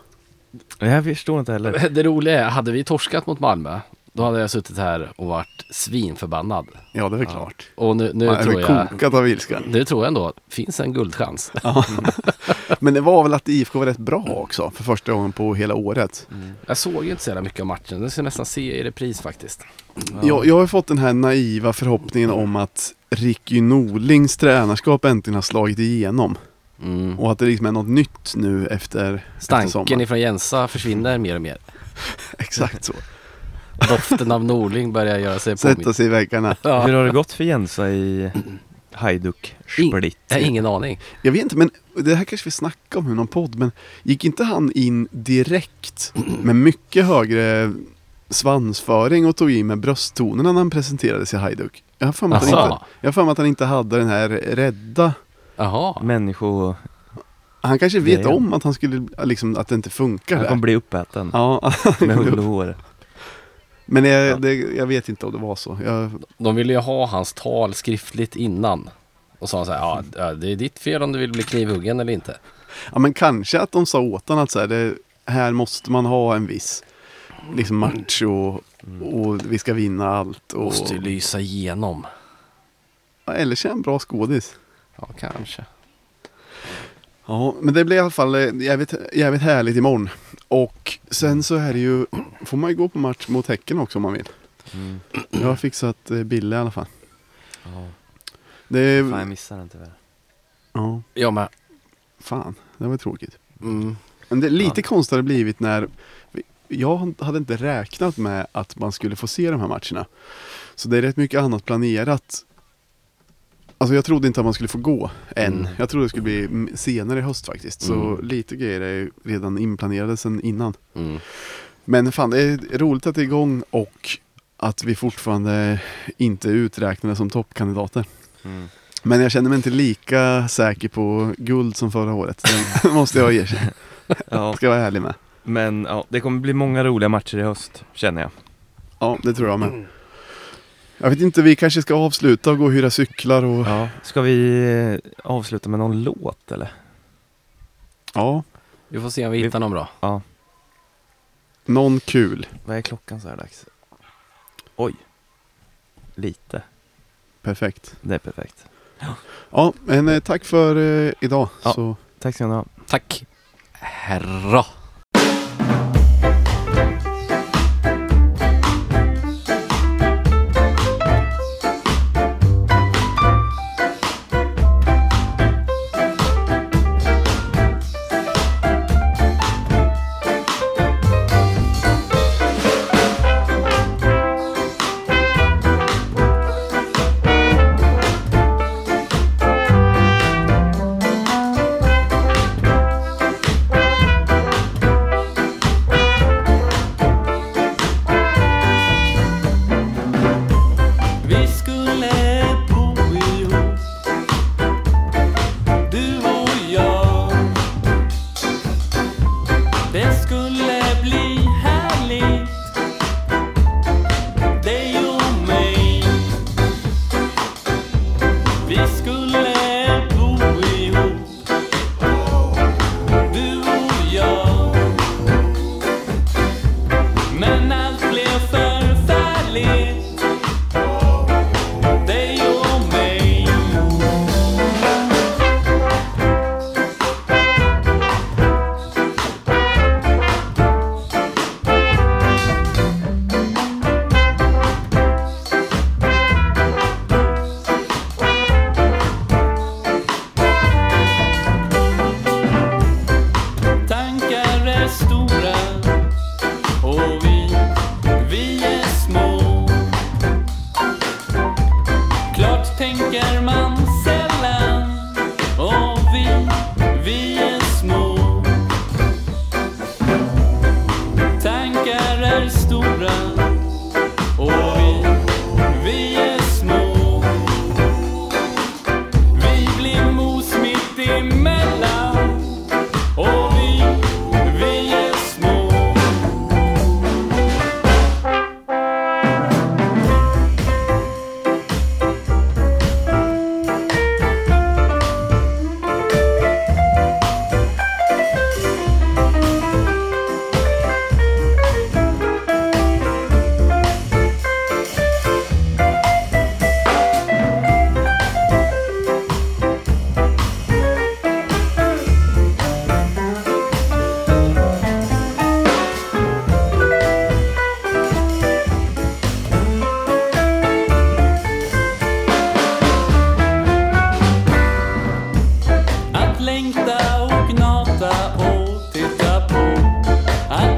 Jag förstår inte heller.
Det roliga är, hade vi torskat mot Malmö, då hade jag suttit här och varit svinförbannad.
Ja, det är väl klart.
Och nu, nu
Man är
tror
väl
jag...
kokat av
Mm.
ilskan.
Nu tror jag ändå att finns en guldchans.
*laughs* Men det var väl att IFK var rätt bra också, för första gången på hela året.
Mm.
Jag såg ju inte så jävla mycket av matchen. Den ska jag nästan se i repris faktiskt.
Jag, jag har fått den här naiva förhoppningen om att Ricky Norlings tränarskap äntligen har slagit igenom.
Mm.
Och att det liksom är något nytt nu efter, efter
Stanken
sommaren.
ifrån Jensa försvinner mer och mer.
Exakt så.
Doften av Norling börjar göra sig
Sätta
påmind.
sig i väggarna.
Ja.
Hur har det gått för Jensa i Hajduk Split?
Jag har ingen aning.
Jag vet inte, men det här kanske vi snackar om i någon podd, men gick inte han in direkt med mycket högre svansföring och tog i med brösttonerna när han presenterades i Hajduk? Jag har för mig att han
Jaha.
inte- jag har för mig att han inte hade den här rädda
Jaha.
Människo...
han kanske
Det är
vet
han.
om att han skulle, liksom, att det inte funkar
Han
där.
kommer bli uppäten
Ja, *laughs*
med hull och hår.
men jag, det, jag vet inte om det var så. Jag,
De ville ju ha hans tal skriftligt innan. Och sa så här, ja ja, det är ditt fel om du vill bli knivhuggen eller inte.
Ja men kanske att de sa åt honom att så här, det, här måste man ha en viss liksom match och, och vi ska vinna allt. Och,
Måste ju lysa igenom.
Ja, eller så är han en bra skådis.
Ja, kanske.
Ja, men det blir i alla fall eh, jävligt, jävligt härligt imorgon. Och sen så är det ju, får man ju gå på match mot Häcken också om man vill.
Mm.
Jag har fixat eh, Bille i alla fall.
Ja,
Det är,
fan, jag
fan.
missar den tyvärr.
Ja,
Ja, men.
fan, det var tråkigt.
Mm.
Men det är lite konstigt har det blivit när vi- jag hade inte räknat med att man skulle få se de här matcherna. Så det är rätt mycket annat planerat. Alltså jag trodde inte att man skulle få gå än.
Mm.
Jag trodde det skulle bli mm, senare i höst faktiskt. Så
Mm.
lite grejer är ju redan inplanerade sedan innan.
Mm.
Men fan, det är roligt att det är igång och att vi fortfarande inte är uträknade som toppkandidater.
Mm.
Men jag känner mig inte lika säker på guld som förra året. Det måste jag erkänna.
Ja,
Ska jag vara ärlig med.
men ja, det kommer bli många roliga matcher i höst, känner jag.
Ja, det tror jag med. Jag vet inte, vi kanske ska avsluta och gå och hyra cyklar och...
Ja. Ska vi eh, avsluta med någon låt eller?
Ja,
Vi får se om vi hittar någon bra.
någon kul.
Vad är klockan så här dags? Oj. Lite.
Perfekt.
Det är perfekt.
Ja, men eh, tack för eh, idag.
Ja.
Så
Tack ska ni ha.
Tack. Herra.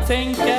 tänka